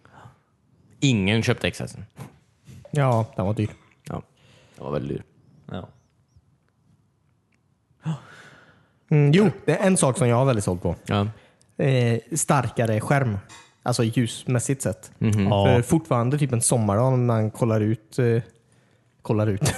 S1: Ingen köpte XS'en.
S4: Ja, den var dyr.
S1: Ja, det var väldigt dyr.
S3: Ja.
S4: Mm, jo, det är en sak som jag är väldigt såld på.
S1: Ja.
S4: Eh, starkare skärm. Alltså
S1: Mhm.
S4: ljusmässigt sett. För
S3: Ja.
S4: fortfarande typ en sommardag när man kollar ut eh, kollar ut.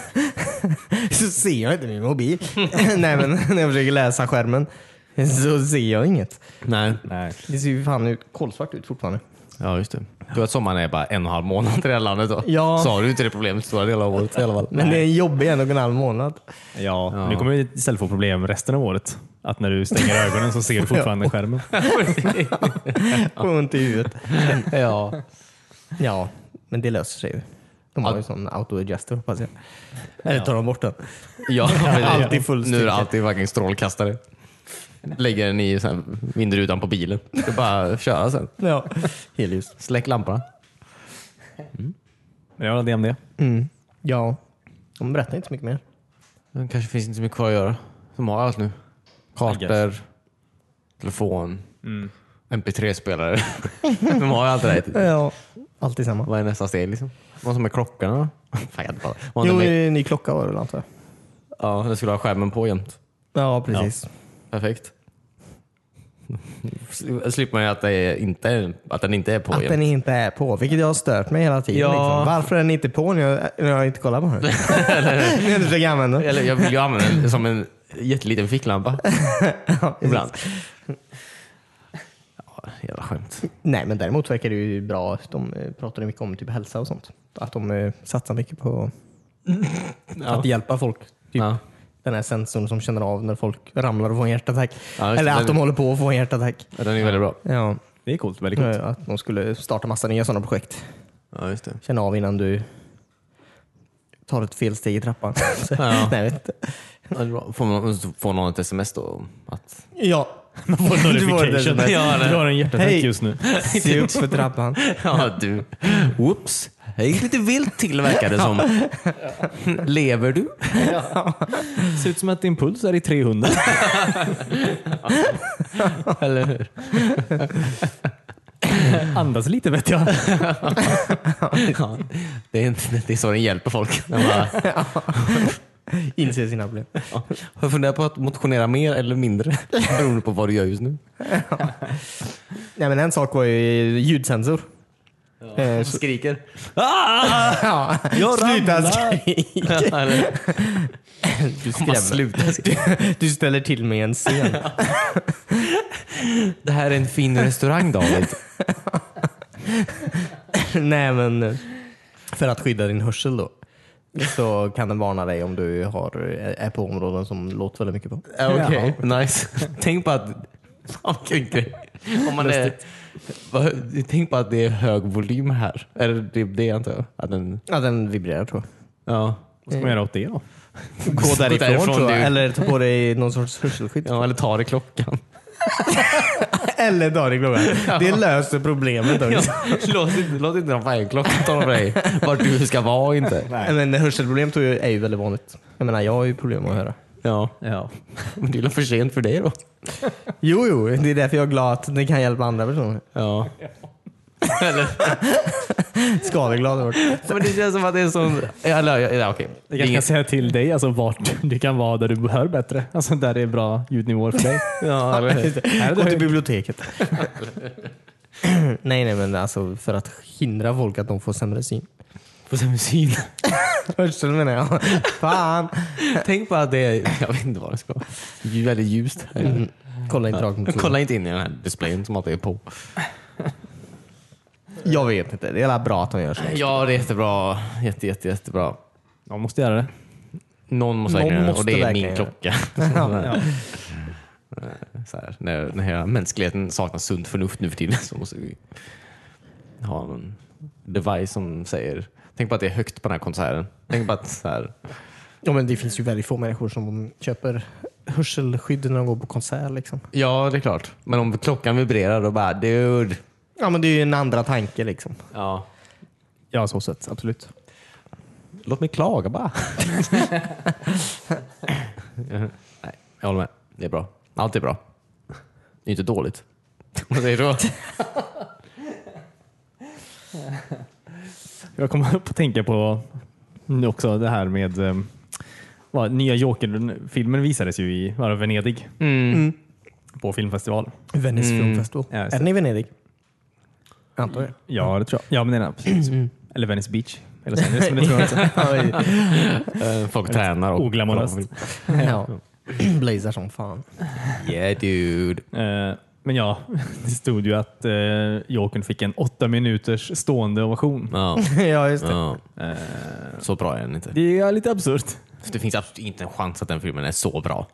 S4: *laughs* så ser jag inte min mobil. *laughs* Nej, men när jag försöker läsa skärmen så ser jag inget.
S1: Nej.
S3: Nej.
S4: Det ser ju fan ut, kolsvart ut fortfarande.
S1: Ja, just det. Du vet, sommaren är bara en och en halv månad i det här landet. Då.
S4: Ja.
S1: Så har du inte det problemet stora delar av året i alla *laughs* fall.
S4: Men det är jobbig en och en
S1: *laughs*
S4: halv månad.
S3: Ja, nu kommer vi istället få problem resten av året. Att när du *laughs* stänger ögonen så ser du fortfarande skärmen.
S4: Och ont i huvudet.
S1: *laughs* ja.
S4: Ja, men det löser sig ju. De har ju sån auto-adjuster hoppas jag. Eller tar de bort den?
S1: ja
S4: Alltid full
S1: Nu är
S4: styrka.
S1: det alltid fucking strålkastare. Lägger den i sen, vindrutan på bilen. Ska bara köra sen.
S4: *laughs* Ja, helljus.
S1: Släck lamporna.
S3: Men jag har det om det.
S4: Mm. Ja, de berättar inte så mycket mer.
S1: Det kanske finns inte så mycket kvar att göra. De har allt nu.
S3: I
S1: Kartor, telefon, mp3-spelare. *laughs* De har ju allt det där.
S4: Ja, alltid samma.
S1: Vad är nästa steg liksom? Vad som är klockan då? Fan, jag hade bara- Vad
S4: Jo,
S1: om de är-
S4: en ny klocka var det väl antar jag.
S1: Ja, den skulle ha skärmen på jämt.
S4: Ja, precis.
S1: Perfekt. Slipper man ju att, det är inte, att den inte är på
S4: Att den
S1: jämt.
S4: inte är på, vilket jag har stört mig hela tiden.
S1: Ja.
S4: Liksom. Varför är den inte på när jag, när jag inte kollar
S1: *laughs*
S4: på den? *laughs* när jag inte försöker använda den.
S1: Eller jag vill ju använda den som en jätteliten *laughs* ficklampa
S4: Ja, precis.
S1: ibland. Ja, jävla skämt.
S4: Nej, men däremot verkar det ju bra. De eh, pratar ju mycket om typ hälsa och sånt. Att de eh, satsar mycket på
S1: Ja.
S4: att hjälpa folk. Typ
S1: Ja.
S4: den här sensorn som känner av när folk ramlar och får en hjärtattack.
S1: Ja, just det.
S4: Eller att de
S1: Den-
S4: håller på att få en hjärtattack.
S1: Ja, den är väldigt bra.
S4: Ja,
S3: Det är coolt. Väldigt coolt.
S4: eh, att de skulle starta massa nya sådana projekt.
S1: Ja, just det.
S4: Känna av innan du tar ett fel steg i trappan. Så-
S1: Ja.
S4: *laughs* Nej, jag vet inte.
S1: Ja, det är bra. Får, man, får någon ett sms då? om Att,
S4: Ja.
S3: Man *laughs* får
S4: *laughs*
S3: en
S4: Du får det.
S3: notification.
S4: *laughs*
S1: Ja, det-
S3: Du har en hjärtattack
S4: Hej.
S3: just nu.
S4: Se upp för *laughs* trappan.
S1: *laughs* ja, du. Whoops. Jag gick lite vilt till verkar det som. *laughs* Lever du?
S3: Ser ut som att din puls är i 300.
S1: Eller hur?
S3: Andas lite vet jag.
S1: Ja, *laughs* det, är inte, det är så den hjälper folk. Den bara,
S4: Inse sina problem.
S1: Har du funderat på att motionera mer eller mindre? Beroende på vad du gör just nu.
S4: Nej, men en sak var ju ljudsensor. Eh, så-
S1: Skriker.
S4: *laughs*
S1: Ah! *laughs*
S4: Ja.
S3: Jag
S4: Sluta
S3: ramlar.
S4: skrik.
S1: eller,
S4: Du
S1: man
S4: skrämmer.
S1: slutar skrika.
S4: *laughs* Du ställer till med en scen.
S1: Det här är en fin restaurang David.
S4: *laughs* Nej, men eh, för att skydda din hörsel då. Så kan den varna dig om du har, eh, är på områden som låter väldigt mycket på.
S1: Ja, Okej, nice. Tänk på att... Fan vilken grej. Om man är, vad- tänk på att det är hög volym här. Eller det, det antar jag. Att den,
S4: Ja, den vibrerar tror jag.
S1: ja.
S3: Vad ska man göra åt det då?
S4: Gå därifrån,
S1: därifrån,
S4: tror jag.
S1: du.
S4: Eller ta på dig någon sorts hörselskydd.
S1: ja, eller ta det i klockan.
S4: Eller Darin Det löser problemet.
S1: Ja,
S4: Också.
S1: *laughs* låt, inte, låt inte de färgklockan tala om dig vart du ska vara och inte.
S4: Men hörselproblem tror jag är ju väldigt vanligt. Jag menar, jag har ju problem med att höra.
S1: Ja.
S3: Ja.
S1: Men det är väl för sent för dig då?
S4: Jo, jo, det är därför jag är glad att det kan hjälpa andra personer.
S1: Ja. Eller,
S4: Skadeglad har jag varit.
S1: men det känns som att det är en sån... Eller, ja, ja, okej.
S3: Jag kanske kan säga till dig alltså, vart du kan vara där du hör bättre. Alltså där det är bra ljudnivåer för dig.
S1: Ja, eller
S4: *laughs*
S1: hur?
S3: Här är
S4: Gå till
S3: det
S4: biblioteket. *clears throat* nej, nej, men alltså för att hindra folk att de får sämre syn.
S1: På sämre syn.
S4: Hörsel menar jag. *laughs* Fan!
S1: *laughs* Tänk på att det är... Jag vet inte vad det ska vara. Det är väldigt ljust här.
S4: Kolla inte rakt
S1: Ja.
S4: mot
S1: Kolla inte in i den här displayen som alltid är på.
S4: Jag vet inte. Det är alla bra att de gör så.
S1: Ja, det är jättebra. Jätte, jätte, jättebra.
S3: Någon måste göra det.
S1: Någon måste
S4: Någon
S1: verkligen göra det, och
S4: måste
S1: det är
S4: verkligen
S1: min
S4: göra
S1: klocka. *laughs*
S4: Ja.
S1: Så här, när, när hela mänskligheten saknar sunt förnuft nu för tiden så måste vi ha en device som säger Tänk på att det är högt på den här konserten. Tänk på att så här,
S4: *laughs* ja, men det finns ju väldigt få människor som köper hörselskydd när de går på konsert. Liksom.
S1: Ja, det är klart. Men om klockan vibrerar då bara dude.
S4: Ja, men det är ju en andra tanke liksom.
S1: Ja.
S3: Ja, så sett. Absolut.
S1: Låt mig klaga bara. Nej, jag håller med. Det är bra. Allt är bra. Det är inte dåligt. *laughs* Vad säger du?
S3: Jag kommer upp att tänka på nu också det här med um, vad, nya Joker-filmen visades ju i var det Venedig på filmfestival.
S4: Venice Film Festival.
S3: Mm. Ja, just
S4: är den i Venedig? Jag antar det.
S3: Ja, det tror jag. Ja, men den är precis. Eller Venice Beach. Eller tennis, men det tror *laughs* jag inte. *laughs*
S1: Eh, Folk tränar och...
S3: Oglamoröst.
S4: ja. *clears throat* Blazar som fan. *laughs*
S1: Yeah dude.
S3: Eh, Men ja, *laughs* det stod ju att eh, Jokern fick en åtta minuters stående ovation.
S1: Ja,
S4: ja, just det.
S1: ja. Så bra är den inte.
S3: Det är lite absurt.
S1: Eh. Det finns absolut inte en chans att den filmen är så bra.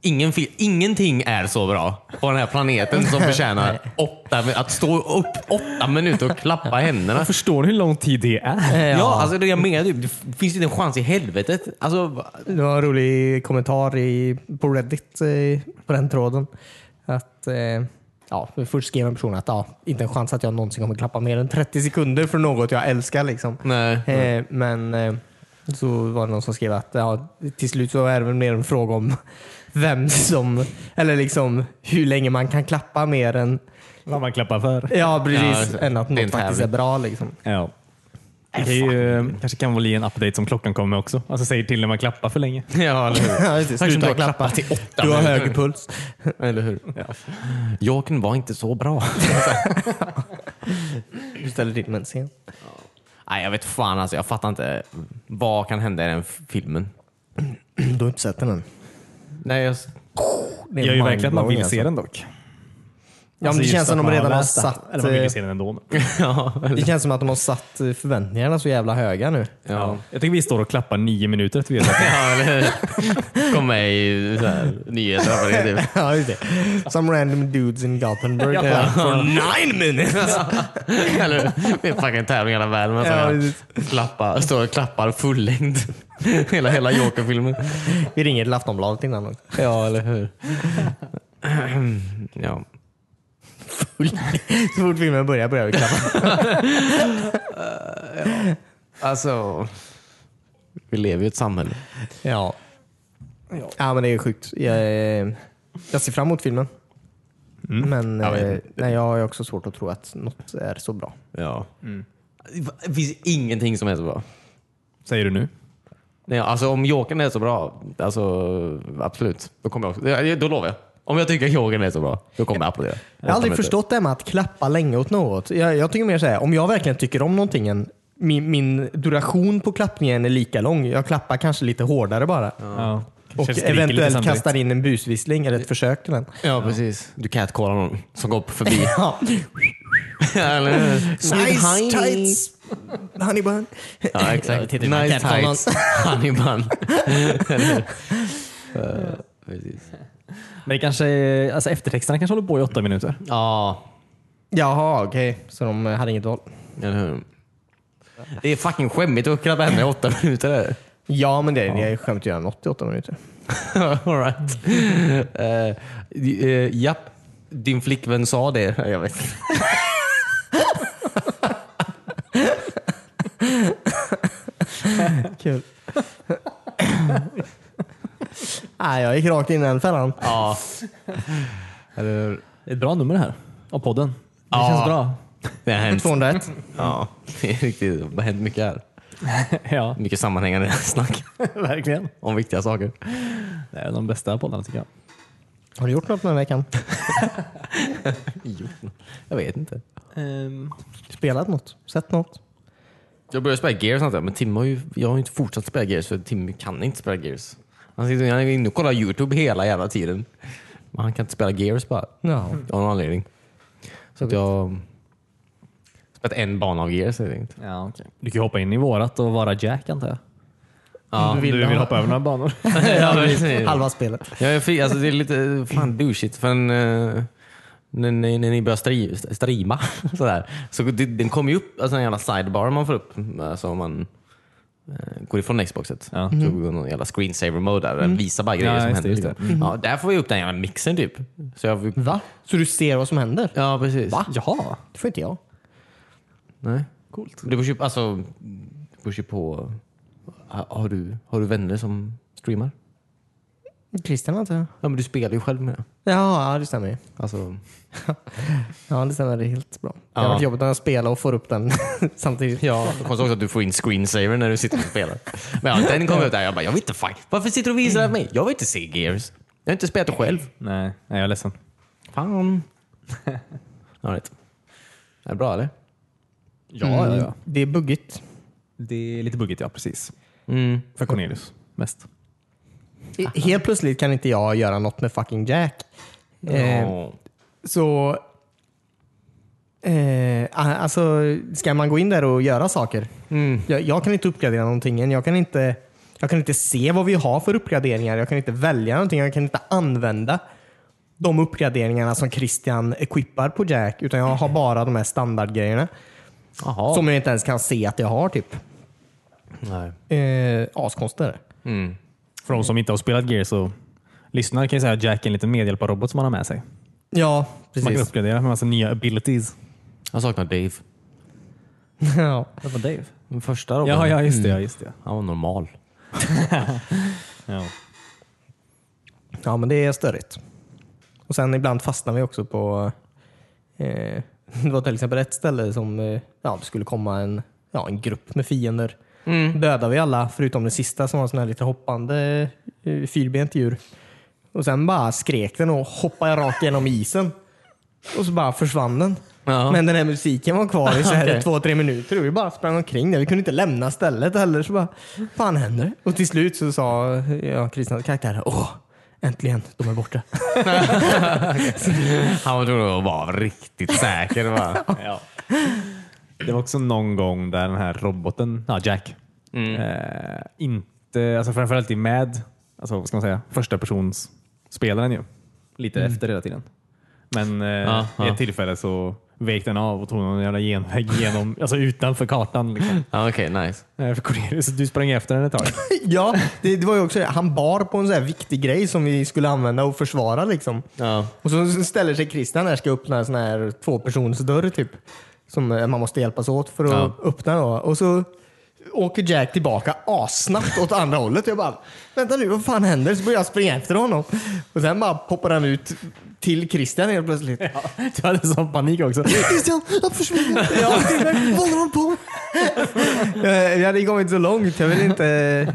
S1: Ingen fil- ingenting är så bra på den här planeten *laughs* som förtjänar åtta, mi- att stå upp åtta minuter och klappa händerna.
S3: Förstår ni hur lång tid det är?
S4: Eh.
S1: Ja, alltså det jag menar. typ, Det finns inte en chans i helvetet. Alltså, va-
S4: Det var en rolig kommentar i, på Reddit eh, på den tråden. Att, eh, ja, först skrev en person att ja, inte en chans att jag någonsin kommer klappa mer än 30 sekunder för något jag älskar. Liksom.
S1: nej.
S4: Eh, men eh, så var det någon som skrev att ja, till slut så är det väl mer en fråga om *laughs* vem som, eller liksom hur länge man kan klappa mer än,
S3: Vad man klappar för.
S4: ja
S1: Ja,
S4: precis,
S1: just det.
S4: än att
S1: Det är en
S4: något faktiskt är
S1: tävling.
S4: bra. Liksom.
S3: Ja. Det är ju, eh, kanske kan bli en update som klockan kommer med också. Alltså säger till när man klappar för länge.
S1: *laughs* Ja, eller hur?
S4: Ja, just det,
S1: Tack som du
S4: sluta
S1: har
S4: klappa
S1: klappat till åtta
S4: Du har
S1: minuter.
S4: hög puls.
S1: Eller hur? Jokern var inte så bra.
S4: Du ställer till med en scen.
S1: *laughs* Nej, jag vet fan alltså. Jag fattar inte. Vad kan hända i den filmen?
S4: Du har inte sett den än.
S1: Nej, jag...
S4: Det
S3: Jag
S4: är
S3: gör ju verkligen att man vill
S4: mindblowing, alltså.
S3: se den dock. Alltså,
S4: Ja, men det känns som de redan har satt...
S3: Eller man vill ju
S4: eh,
S3: se den ändå. Men.
S1: *laughs* ja,
S4: Det känns som att de har satt eh, förväntningarna så jävla höga nu.
S1: ja.
S3: Jag tycker vi står och klappar nio minuter efter vi
S1: *laughs*
S3: har sett den.
S1: ja eller hur? *laughs* Kom med i så här, nyheter. vad det är, *laughs* typ.
S4: Ja, just det. Some random dudes in Gothenburg. ja. For
S1: *laughs*
S4: nine minutes!
S1: Eller hur? Det är en fucking tävling i hela världen. Men så
S4: Ja,
S1: här,
S4: precis.
S1: klappar, står och klappar full längd. *laughs* Hela, hela Joker-filmen.
S4: Vi ringer till Aftonbladet innan också.
S1: Ja, eller hur? ja.
S4: *laughs* Så fort filmen börjar börjar vi klappa.
S1: Alltså, vi lever ju i ett samhälle.
S4: Ja. ja, men det är sjukt. Jag, eh, jag ser fram emot filmen. Men
S1: Mm. Ja, men-
S4: eh, nej, jag har också svårt att tro att något är så bra.
S1: Ja. Det finns ingenting som är så bra.
S3: Säger du nu?
S1: Nej, alltså om Jokern är så bra, alltså, absolut. Då, kommer jag, också- ja, då lovar jag. Om jag tycker att Jokern är så bra, då kommer jag applådera.
S4: Jag har aldrig förstått det här med att klappa länge åt något. Jag, jag tycker mer såhär, om jag verkligen tycker om någonting, en- min, min duration på klappningen är lika lång. Jag klappar kanske lite hårdare bara.
S3: Ja.
S4: Och
S3: Kanske skriker lite
S4: eventuellt
S3: samtidigt.
S4: kastar in en busvissling eller ett försök till den.
S1: Ja, precis. Du kan inte kolla någon som går *laughs* förbi.
S4: *laughs* Ja.
S1: Eller hur?
S4: Nice tights, honey bun.
S1: Ja,
S4: Jag
S1: exakt.
S4: tittar i
S1: Nice
S4: den här
S1: tights. *laughs* Honeybun.
S3: Men det kanske, är- alltså eftertexterna kanske håller på i åtta minuter.
S1: Ja,
S4: Jaha, okej. Så de eh, hade inget val.
S1: eller hur? Det är fucking skämmigt att klappa henne i åtta minuter. Där.
S4: Ja, men det, det är skämt att göra en 88 minuter.
S1: *laughs* All right. Eh, eh, japp, din flickvän sa det. *laughs* Jag vet inte.
S4: Kul. *laughs* Nej, jag gick rakt in i den fällan.
S1: Ja.
S3: Ett bra nummer det här av podden. Det
S1: Ja.
S3: känns bra.
S1: Det har hänt.
S4: 201.
S1: Ja, det är riktigt. Det har hänt mycket här.
S3: *laughs* ja,
S1: Mycket sammanhängande *laughs* snack
S3: *laughs* verkligen.
S1: om viktiga saker.
S3: Det är de bästa poddarna tycker jag.
S4: Har du gjort något den här veckan?
S1: Jag vet inte.
S3: Ehm.
S4: Spelat något? Sett något?
S1: Jag började spela Gears, antar jag, men Tim har ju, jag har ju inte fortsatt spela Gears för Tim kan inte spela Gears. Han sitter han är inne och kollar YouTube hela jävla tiden. Men han kan inte spela Gears bara.
S4: Ja.
S1: Av någon anledning. Så att jag... Spelat en bana av Gears helt *laughs* enkelt.
S3: Ja, okay. Du kan ju hoppa in i vårat och vara Jack antar jag.
S1: Ja.
S3: Om du vill hoppa över några banor.
S1: Ja, precis.
S4: Halva spelet.
S1: jag är fri, alltså det är lite fan douchigt för en, eh, när, när, när ni börjar stri, streama *laughs* sådär, så det, den kommer ju upp, alltså en jävla sidebar man får upp, alltså om man eh, går ifrån Xboxet.
S3: Ja.
S1: Så går någon jävla screensaver mode där, den visar bara grejer
S3: Ja,
S1: som händer.
S3: just det, just Mm. det. Mm.
S1: liksom. Ja, där får jag upp den jävla mixen typ. Så jag, får-
S4: Va? Så du ser vad som händer?
S1: ja, precis.
S3: Jaha,
S4: Det får inte jag.
S1: Nej.
S3: coolt.
S1: Det beror ju alltså, det beror ju på, ha- har du, har du vänner som streamar?
S4: Christian antar jag.
S1: Ja, men du spelar ju själv med det.
S4: Ja, ja, det stämmer ju.
S1: Alltså,
S4: Ja, det stämmer helt bra. Det
S1: Ja.
S4: har varit jobbigt när jag spelar och får upp den *laughs* samtidigt.
S1: Ja, det konstigt också att du får in screensaver när du sitter och spelar. Men ja, den kom ut där jag bara, jag vet inte fan. Varför sitter du och visar det här för mig? Jag vill inte se Gears. Jag har inte spelat det själv.
S3: *laughs* Nej, nej, jag är ledsen. *laughs*
S1: Fan. All right. Är det bra eller?
S3: Ja,
S4: Mm, Det är buggigt.
S3: Det är lite buggigt, ja. Precis.
S1: Mm.
S3: För Cornelius mest.
S4: I- Helt plötsligt kan inte jag göra något med fucking Jack.
S3: Ehm.
S4: Eh,
S1: Ja.
S4: Så... Eh, a- alltså, ska man gå in där och göra saker?
S3: Mm.
S4: Jag, jag kan inte uppgradera någonting. Jag kan inte, jag kan inte se vad vi har för uppgraderingar. Jag kan inte välja någonting. Jag kan inte använda de uppgraderingarna som Christian equippar på Jack. Utan jag har bara de här standardgrejerna.
S1: Jaha.
S4: Som jag inte ens kan se att jag har. typ.
S1: Nej.
S4: Eh, askonstigt är det.
S3: För de som inte har spelat Gears och lyssnar kan jag säga att Jack är en liten medhjälparrobot som man har med sig.
S4: Ja,
S3: Man kan
S4: precis. *laughs*
S3: uppgradera med massa nya abilities.
S1: Jag saknar Dave.
S4: ja.
S3: Det var Dave.
S1: Den första roboten.
S3: Ja, ja, just det. Ja, just det.
S1: Han var normal.
S3: Mm. Ja.
S4: ja, men det är störigt. Och sen ibland fastnar vi också på... Eh, *laughs* det var till exempel ett ställe som eh, ja, det skulle komma en, ja, en grupp med fiender.
S1: Mm.
S4: Dödade vi alla förutom det sista som var en sån här lite hoppande eh, fyrbent djur. Och sen bara skrek den och hoppade rakt genom isen. Och så bara försvann den.
S1: Ja.
S4: Men den här musiken var kvar i så
S1: *laughs*
S4: här
S1: Okej.
S4: två, tre minuter och vi bara sprang omkring där. Vi kunde inte lämna stället heller. Så bara, fan händer det?" Och till slut så sa jag, Kristians karaktär, åh, äntligen, de är borta.
S1: Han var tvungen att vara riktigt säker.
S3: *laughs*
S1: Va?
S3: Det var också någon gång där den här roboten, ja, Jack, eh, inte, alltså framförallt i MAD, alltså, vad ska man säga, första persons spelaren ju. Lite efter hela tiden. Men eh,
S1: Ja, ja.
S3: i ett tillfälle så vek den av och tog någon jävla genväg genom, alltså utanför kartan. *laughs* Liksom.
S1: Ja, Okej, nice.
S3: Eh, för Cornelius, du sprang efter den ett tag.
S4: *laughs* ja, det, det var ju också det. Han bar på en så här viktig grej som vi skulle använda och försvara liksom.
S1: Ja.
S4: Och så ställer sig Christian där och ska öppna en sån här tvåpersonsdörr typ. Som eh, man måste hjälpas åt för att
S1: Ja.
S4: öppna då. Och så åker Jack tillbaka assnabbt åt andra hållet. Jag bara, vänta nu, vad fan händer? Så börjar jag springa efter honom. Och sen bara poppar han ut till Christian helt plötsligt.
S3: Du hade sån panik också.
S4: Christian, han försvinner! Ja. Vad håller han på med? Jag hade kommit så långt. Jag ville inte,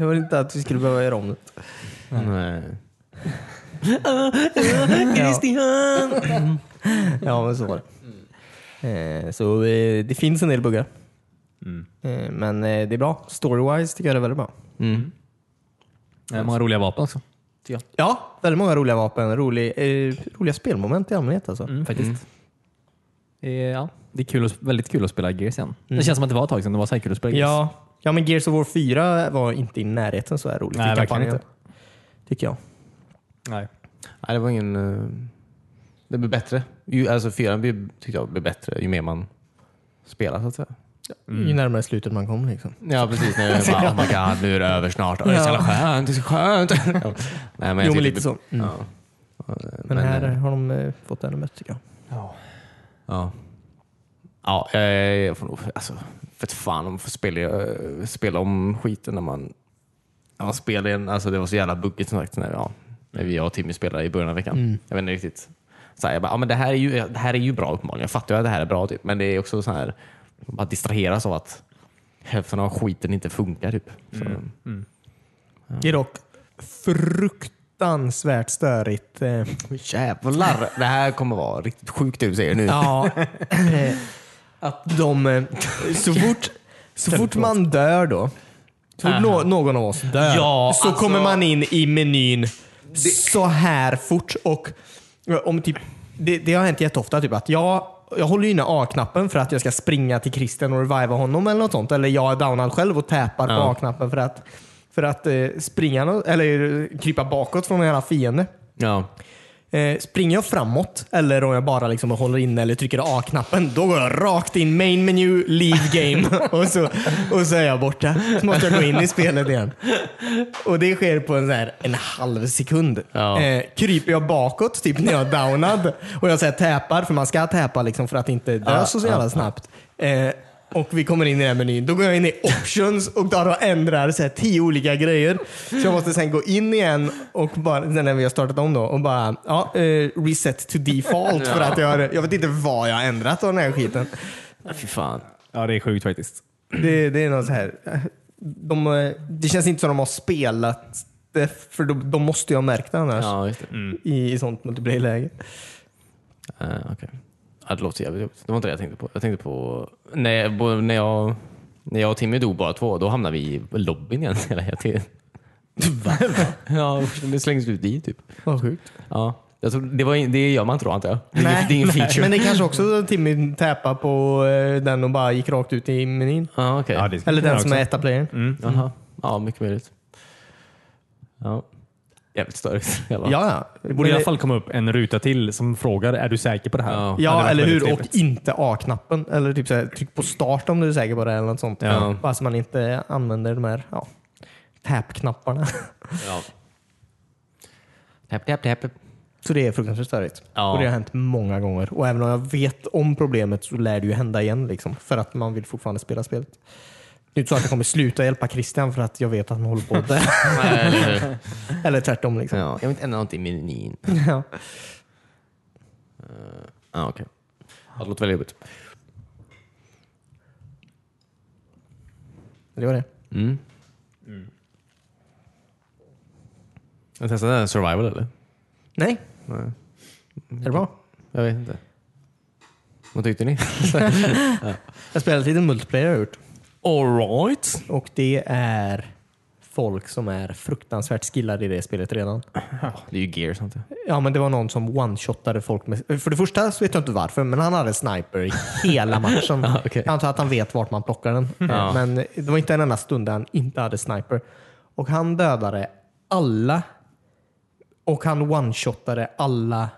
S4: jag ville inte att vi skulle behöva göra om det.
S1: Nej.
S4: Ja, men så var det. Eh, Så eh, det finns en del buggar. Eh, Men eh, det är bra. Storywise tycker jag det är väldigt bra.
S3: *laughs* Eh, många roliga vapen också.
S4: Ja, väldigt många roliga vapen. Rolig, eh, roliga spelmoment i allmänhet alltså.
S3: faktiskt. Eh, ja. Det är kul att, väldigt kul att spela Gears igen. Det känns som att det var ett tag sedan det var så här kul att spela Gears.
S4: Ja. ja, men Gears of War 4 var inte i närheten så här roligt.
S3: Nej,
S4: Det kan fan
S3: verkligen
S4: inte. Tycker jag.
S3: Nej.
S1: Nej, det var ingen... eh, Det blev bättre. Ju, alltså, fyran blev, tyckte jag blev bättre ju mer man spelar så att säga.
S4: Ju närmare slutet man kommer liksom.
S1: Ja, precis. Nu är det bara, oh my god, nu är det över snart. Åh, Det är så jävla skönt. Det är så
S4: *laughs*
S1: skönt. Ja. Nej, men jag
S4: Jo,
S1: tycker
S4: men
S1: det
S4: lite så.
S1: blev-
S4: Mm.
S1: Ja.
S4: Men, här har de eh, fått det ännu bättre tycker jag.
S1: Ja. Ja, eh, jag får nog... Alltså, för fan om får spela, eh, spela om skiten när man, när man spelar igen. Alltså, det var så jävla buggigt som sagt när, ja, när vi jag och Timmy spelade i början av veckan.
S4: Mm.
S1: Jag vet inte riktigt. Så här, jag bara, ja, men det, här är ju, det här är ju bra uppenbarligen. Jag fattar ju att det här är bra, typ. men det är också så här, man bara distraheras av att hälften av skiten inte funkar. Typ. Så,
S4: Mm. Det är dock fruktansvärt störigt. eh,
S1: Jävlar, det här kommer vara riktigt sjukt det du säger nu. *laughs*
S4: Ja. eh, att de, eh, så fort, så fort man dör då, så fort nå- någon av oss dör,
S1: Ja,
S4: så
S1: alltså-
S4: kommer man in i menyn så här fort. Och eh, om typ, det, det har hänt jätteofta, typ att jag, jag håller ju inne A-knappen för att jag ska springa till Christian och reviva honom eller något sånt. Eller jag är downad själv och täpar på
S1: Ja.
S4: A-knappen för att, för att eh, springa, nå- eller eh, krypa bakåt från en jävla fiende.
S1: Ja.
S4: Eh, springer jag framåt eller om jag bara liksom håller inne eller trycker A-knappen, då går jag rakt in main menu, leave game *laughs* och, så, och så är jag borta. Så måste jag gå in i spelet igen. Och det sker på en, så här, en halv sekund.
S1: Ja.
S4: Eh, kryper jag bakåt typ när jag är downad och jag så här, täpar, för man ska täpa liksom, för att inte dö
S1: Ja,
S4: så
S1: ja,
S4: jävla
S1: ja.
S4: snabbt. Eh, och vi kommer in i den här menyn. Då går jag in i options och där och ändrar så här, tio olika grejer. Så jag måste sen gå in igen och bara, när vi har startat om då, och bara ja, eh, reset to default för att jag, har- jag vet inte vad jag har ändrat av den här skiten.
S1: Fy fan.
S3: Ja, det är sjukt faktiskt.
S4: Det, det är något så här. De, eh, det känns inte som de har spelat det, för de, de måste ju ha märkt det annars
S1: Ja, just det.
S4: i, i sånt multiplayer-läge.
S1: Eh, Uh, Okej. Ja, Det låter jävligt jobbigt. Det var inte det jag tänkte på. Jag tänkte på när jag, bo- när jag När jag och Timmy dog bara två, då hamnade vi i lobbyn igen hela tiden. ja, det slängdes ut dit typ.
S4: Vad sjukt.
S1: Ja. Jag tror, det, var, in- det gör man inte då antar jag? Det är ingen- det är ingen feature.
S4: Men det kanske också Timmy täpade på eh, den och bara gick rakt ut i menyn.
S1: Ja, okej. Mm,
S3: Ja, det skulle
S4: Eller den
S3: jag
S4: som
S3: också.
S4: är etta-playern.
S1: Jaha. Ja, mycket möjligt. Ja. Jävligt störigt.
S4: Ja, ja.
S3: Det borde i alla fall komma upp en ruta till som frågar är du säker på det här?
S1: Ja.
S3: Det hade
S4: Ja,
S3: varit
S4: eller
S3: väldigt
S4: hur? Och
S3: trevligt.
S4: inte A-knappen. Eller typ så här, tryck på start om du är säker på det eller något sånt.
S1: Ja.
S4: Bara så man inte använder de här ja, tap-knapparna.
S1: Ja. Tapp, tapp, tapp.
S4: Så det är fruktansvärt störigt.
S1: Ja.
S4: Och det har hänt många gånger. Och även om jag vet om problemet så lär det ju hända igen. Liksom, för att man vill fortfarande spela spelet. Det är inte så att jag kommer sluta hjälpa Christian för att jag vet att han håller på med
S1: *laughs*
S4: det. Eller tvärtom. Liksom.
S1: Ja, jag vill inte ändra någonting i menyn.
S4: Ja.
S1: Ja, Ah, okej. Ja, Det låter väldigt jobbigt.
S4: Det var det.
S1: Mm. Jag testade den här survival eller?
S4: Nej. Är det bra?
S1: Jag vet inte. Vad tyckte ni?
S4: Jag spelat lite multiplayer har jag gjort.
S1: Alright.
S4: Och det är folk som är fruktansvärt skillade i det spelet redan.
S1: Det är ju gears antar jag.
S4: Ja, men det var någon som one-shotade folk. Med, för det första så vet jag inte varför, men han hade en sniper i
S1: *laughs*
S4: hela matchen.
S1: okej.
S4: Jag antar att han vet vart man plockar den. Men det var inte en enda stund där han inte hade sniper. Och han dödade alla. Och han one-shotade alla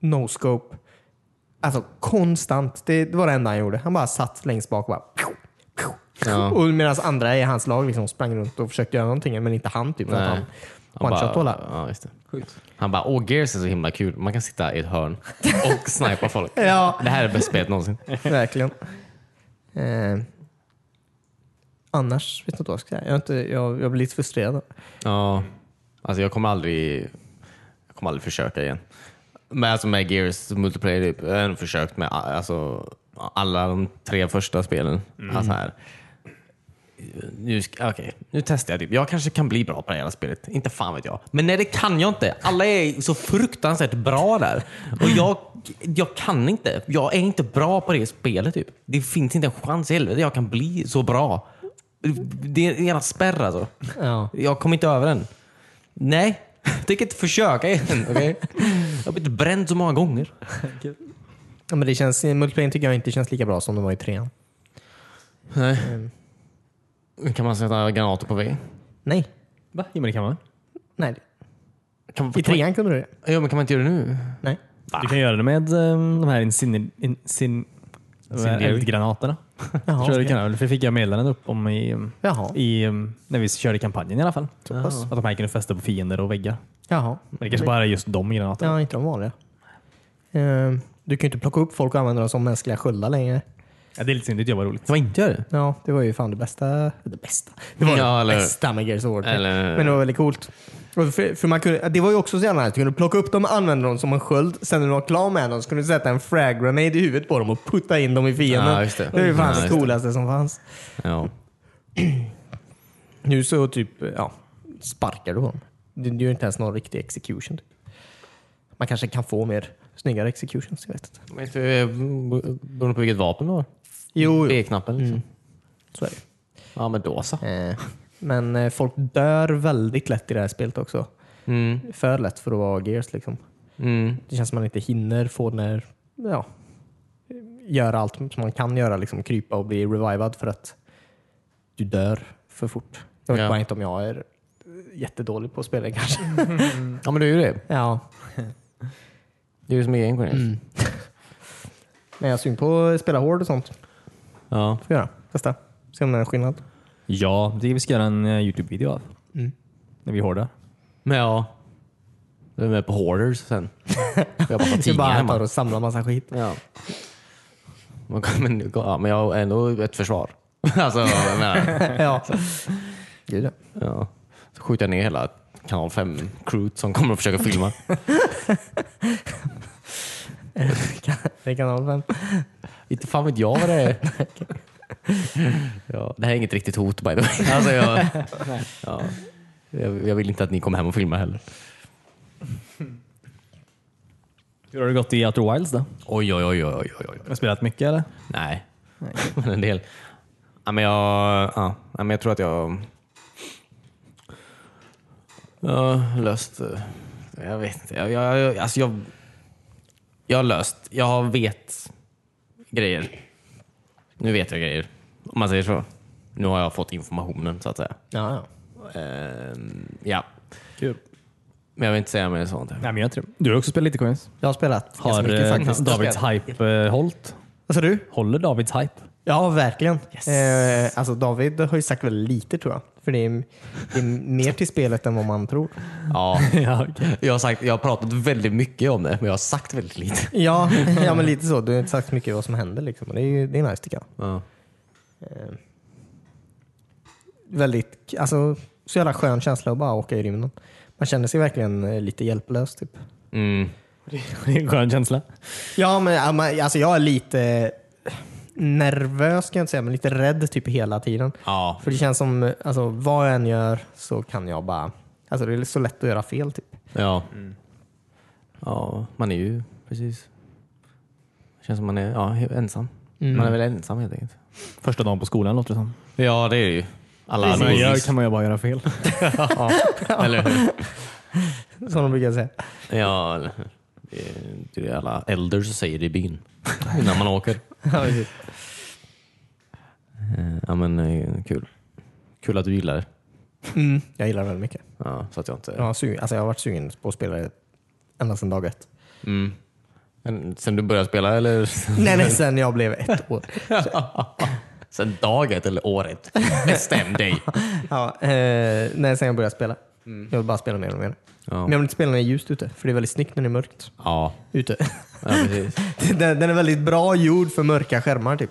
S4: no-scope. Alltså konstant. Det, det var det enda han gjorde. Han bara satt längst bak och bara... Pju, pju.
S1: Ja.
S4: Och medan andra i hans lag liksom sprang runt och försökte göra någonting, men inte han. Typ, för att han
S1: Nej. Han
S4: one-shotade alla.
S1: bara, ja, just det. Han bara, åh gears är så himla kul. Man kan sitta i ett hörn och *laughs* snipa folk.
S4: Ja.
S1: Det här är det bästa spelet någonsin.
S4: Verkligen. Eh, annars vet jag inte vad jag ska säga. Jag, är inte, jag, jag blir lite frustrerad.
S1: Ja, alltså jag kommer aldrig, jag kommer aldrig försöka igen. Men alltså med Gears multiplayer, typ, jag har ändå försökt med alltså, alla de tre första spelen. Alltså här. Nu, ska- okej, nu testar jag. Typ. Jag kanske kan bli bra på det här jävla spelet. Inte fan vet jag. Men nej, det kan jag inte. Alla är så fruktansvärt bra där. Och jag, jag kan inte. Jag är inte bra på det spelet. Typ. Det finns inte en chans i helvete jag kan bli så bra. Det är en jävla spärr alltså.
S4: Ja.
S1: Jag kommer inte över den. Nej, *laughs* tänker inte försöka igen. okej? *laughs* Jag har blivit bränd så många gånger.
S4: Ja, Men det känns, multiplayer tycker jag inte känns lika bra som det var i trean.
S1: Nej. Kan man sätta granater på väg?
S4: Nej.
S3: Va? Jo, men det kan man.
S4: Nej.
S1: Kan man,
S4: I trean kunde du det.
S1: Ja, men kan man inte göra det nu?
S4: Nej.
S3: Du kan göra det med ehm, de här insin... insin de här
S1: Incendiary.
S3: eh, *laughs* eldgranaterna.
S4: Jaha.
S3: tror jag du kan göra. För det fick jag meddelanden upp om i, ehm,
S4: Jaha.
S3: i, ehm, när vi körde kampanjen i alla fall.
S4: pass.
S3: Att de här kunde fästa på fiender och väggar.
S4: Jaha.
S3: Men det kanske bara är just de granaterna.
S4: Ja, inte de vanliga. Eh, du kan ju inte plocka upp folk och använda dem som mänskliga sköldar längre.
S3: Ja, det är lite synd. Det var roligt.
S1: Kan man inte göra det?
S4: Ja, det var ju fan det bästa. Det bästa. Det var
S1: Ja,
S4: det
S1: eller-
S4: bästa med Gears of War.
S1: eller-
S4: Men det var väldigt coolt. Och För, för man kunde, det var ju också så jävla nice. Du kunde plocka upp dem och använda dem som en sköld. Sen när du var klar med dem så kunde du sätta en frag grenade i huvudet på dem och putta in dem i fienden.
S1: Ja, just det.
S4: var ju fan
S1: Ja,
S4: det
S1: just det.
S4: coolaste som fanns.
S1: Ja.
S4: Nu så typ, ja, sparkar du på dem. Du du gör inte ens någon riktig execution. typ. Man kanske kan få mer snyggare executions, jag vet inte.
S1: Men det beror på vilket vapen du har.
S4: Jo, jo.
S1: B-knappen liksom.
S4: så är det.
S1: Ja, men då så.
S4: Eh, Men eh, folk dör väldigt lätt i det här spelet också.
S1: Mm.
S4: För lätt för att vara Gears. Liksom. Det känns som man inte hinner få när ja, göra allt som man kan göra. Liksom, krypa och bli revivad för att du dör för fort. Jag vet
S1: Ja.
S4: bara inte om jag är jättedålig på att spela kanske.
S1: *laughs* Ja, men du är ju det.
S4: ja.
S1: Du är ju som egen Cornelius.
S4: Men jag är sugen på att spela hård och sånt.
S1: Ja.
S4: Får göra. Testa. Se om det är en skillnad.
S3: Ja, det vi ska göra en eh, Youtube-video av. När vi hårdar.
S1: Men ja. Du är med på hoarders *laughs* sen. Jag bara tar
S4: Det är
S1: tidningar
S4: bara att
S1: hemma.
S4: ta och samla
S1: *laughs*
S4: massa skit.
S1: Ja. Men, men, ja, men jag har ändå ett försvar. *laughs* alltså, jag menar,
S4: ja. Gud, ja.
S1: ja. Så skjuter jag ner hela kanal 5-crewet som kommer att försöka filma.
S4: Det är kanal 5.
S1: Inte fan vet jag vad det är. ja, det här är inget riktigt hot by the way. *laughs* Alltså, jag, ja, jag, jag vill inte att ni kommer hem och filmar heller.
S3: Hur har det gått i Outer Wilds då?
S1: Oj, oj, oj, oj, oj, oj. *laughs*
S3: Har du spelat mycket eller?
S1: Nej, men en del. Ja, men jag, ja, ja, men jag tror att jag... Jag har löst... eh, Jag vet inte. Jag, jag, jag, alltså jag, jag har löst... Jag vet grejer. Nu vet jag grejer. Om man säger så. Nu har jag fått informationen så att säga.
S4: Ja, ja.
S1: Ehm, ja,
S3: Kul.
S1: men jag vill inte säga mer sånt.
S3: Nej, men jag tror. Du har också spelat lite coins.
S4: Jag har spelat ganska
S3: Har
S4: mycket
S3: eh,
S4: faktiskt.
S3: Davids hype eh, hållit?
S4: Vad sa du?
S3: Håller Davids hype?
S4: Ja, verkligen. Eh, alltså David har ju sagt väldigt lite tror jag. För det är, det är mer till spelet än vad man tror.
S1: Ja,
S3: *laughs* ja, okej.
S1: *laughs* jag, har sagt, jag har pratat väldigt mycket om det, men jag har sagt väldigt lite.
S4: Ja, *laughs* ja men lite så. Du har inte sagt mycket vad som händer. Liksom. Och Det, är, ju- det är nice tycker jag.
S1: Ja.
S4: Väldigt, alltså, så jävla skön känsla att bara åka i rymden. Man känner sig verkligen eh, lite hjälplös. Typ.
S1: Mm.
S3: Det är en skön känsla.
S4: Ja, men ja, men, alltså, jag är lite nervös kan jag inte säga, men lite rädd typ hela tiden.
S1: Ja.
S4: För det känns som, alltså, vad jag än gör så kan jag bara... Alltså, det är så lätt att göra fel. Typ. *laughs*
S1: Ja. ja, man är ju precis... Det känns som man är ja, ensam. Man är väl ensam helt enkelt.
S3: Första dagen på skolan låter det som.
S1: Ja, det är det ju. Alla
S3: Allt man gör kan man ju bara göra fel.
S1: eller hur?
S4: Som de brukar säga.
S1: *laughs* Ja, eller hur? det är det är alla elders som säger det i *laughs* byn innan man åker. Eh, Ja, men eh, kul. Kul att du gillar det.
S4: Mm. Jag gillar det väldigt mycket.
S1: Ja, så att jag inte...
S4: Jag har, sugen, alltså, jag har varit sugen på att spela det ända sedan dag ett.
S1: Mm. Men sen du började spela *laughs* eller?
S4: Nej, nej, sen jag blev ett år.
S1: sen daget eller året? Bestäm dig.
S4: Ja, eh, nej, sen jag började spela. Jag vill bara spela mer och mer.
S1: Ja.
S4: Men jag vill inte spela när det är ljust ute, för det är väldigt snyggt när det är mörkt
S1: Ja,
S4: ute. *laughs*
S1: ja precis.
S4: Den, den är väldigt bra gjord för mörka skärmar, typ.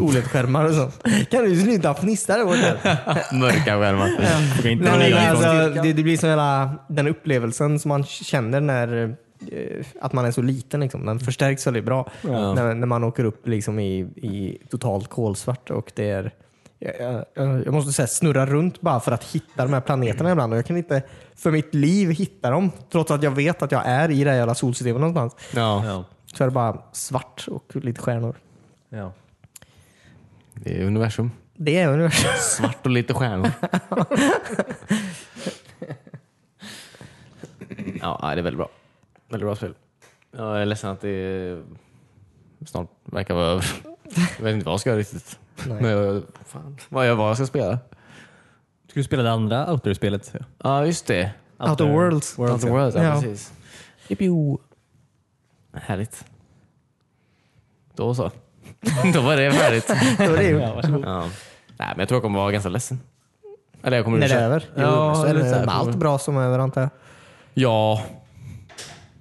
S4: OLED-skärmar och sånt. Kan du sluta fnissa där borta?
S1: *laughs* Mörka skärmar.
S3: Du kan inte
S4: Nej,
S3: hålla
S4: nej,
S3: igång.
S4: alltså, det, det blir som hela den upplevelsen som man känner när eh, att man är så liten. Liksom. Den förstärks väldigt bra när, när man åker upp liksom i, i totalt kolsvart. Och det är, jag, jag, jag måste säga, snurra runt bara för att hitta de här planeterna ibland. Och jag kan inte för mitt liv hitta dem trots att jag vet att jag är i det här jävla solsystemet någonstans.
S1: Ja.
S3: Ja.
S4: Så är det bara svart och lite stjärnor.
S3: Ja.
S1: Det är universum.
S4: Det är universum.
S1: Svart och lite stjärnor. *laughs* ja, nej, det är väldigt bra. Väldigt bra spel. Jag är ledsen att det snart verkar vara över. Jag vet inte vad jag ska göra riktigt.
S4: Nej.
S1: Men jag, fan, vad, jag, vad jag ska spela?
S3: Ska du spela det andra Outer-spelet?
S1: Ja, just det.
S4: Outer Worlds.
S1: World,
S3: ja.
S1: World ja,
S4: Ja.
S1: precis. Jippio. Härligt. Då så. *laughs* Då var det färdigt.
S4: Det var det ju.
S3: Ja, varsågod.
S1: Ja. Nej, men jag tror jag kommer vara ganska ledsen. Eller jag kommer
S4: När det är
S1: köpa-
S4: över. Jo,
S1: Ja,
S4: så är
S1: eller
S4: det
S1: så här,
S4: med allt
S1: kommer-
S4: bra som är över antar jag.
S1: Ja,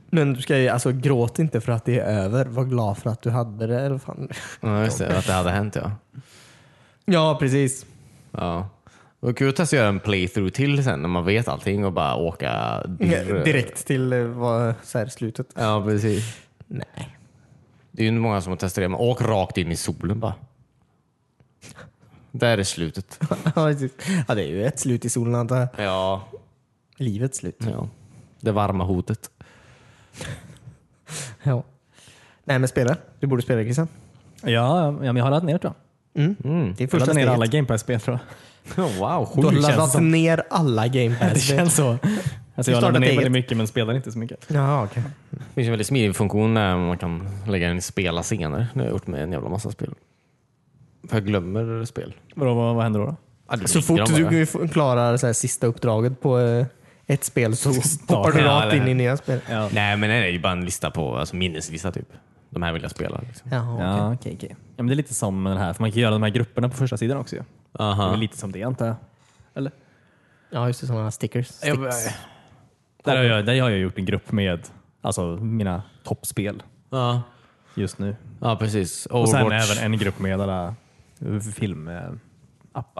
S4: Men du ska ju, alltså gråt inte för att det är över. Var glad för att du hade det. Eller fan. *laughs*
S1: ja just det. Att det hade hänt ja.
S4: Ja, precis.
S1: ja. Det var kul att testa att göra en playthrough till sen när man vet allting och bara åka dirr.
S4: Direkt till eh, vad, så här, slutet.
S1: Ja, precis.
S4: Nej. *laughs*
S1: Det är ju inte många som har testat det, men åk rakt in i solen bara. Där är slutet.
S4: Ja, precis. ja, det är ju ett slut i solen antar jag.
S1: Ja,
S4: Livets slut.
S1: ja. det varma hotet.
S4: Ja. Nej, men spela. Du borde spela Christian.
S3: Ja, men jag har laddat ner tror jag.
S4: Det är
S3: Jag
S4: första
S3: laddade ner
S4: steget.
S3: alla Game Pass-spel tror jag.
S1: wow, sjukt.
S4: Du har
S3: Oj, känns
S4: laddat
S3: som-
S4: ner alla Game
S3: Det
S4: Pass.
S3: känns så. Alltså, jag
S4: startar
S3: laddar ner
S4: eget.
S3: väldigt mycket men spelar inte så mycket.
S4: Ja, okej.
S1: Det finns en väldigt smidig funktion där man kan lägga in spela senare. Det har jag gjort med en jävla massa spel. För jag glömmer spel.
S3: Vadå, vad, vad händer då? då?
S4: Så fort du klarar så här, sista uppdraget på eh, ett
S3: *laughs*
S4: spel så hoppar du
S1: ja,
S4: rakt
S1: eller-
S4: in i nya spel.
S3: Ja.
S1: Nej, men det är ju bara en lista på, alltså minneslista typ. De här vill jag spela. Liksom.
S4: Jaha, okej.
S3: Ja, okej, okej. Ja, men det är lite som den här, för man kan göra de här grupperna på första sidan också ju. Det är väl lite som det antar jag. Eller?
S4: ja, just det. Sådana stickers.
S1: Jag,
S4: Sticks.
S3: Där har, jag, där har jag gjort en grupp med alltså, mina toppspel
S1: ja.
S3: just nu.
S1: ja, precis.
S3: Och sen
S1: Overwatch.
S3: även en grupp med alla filmappar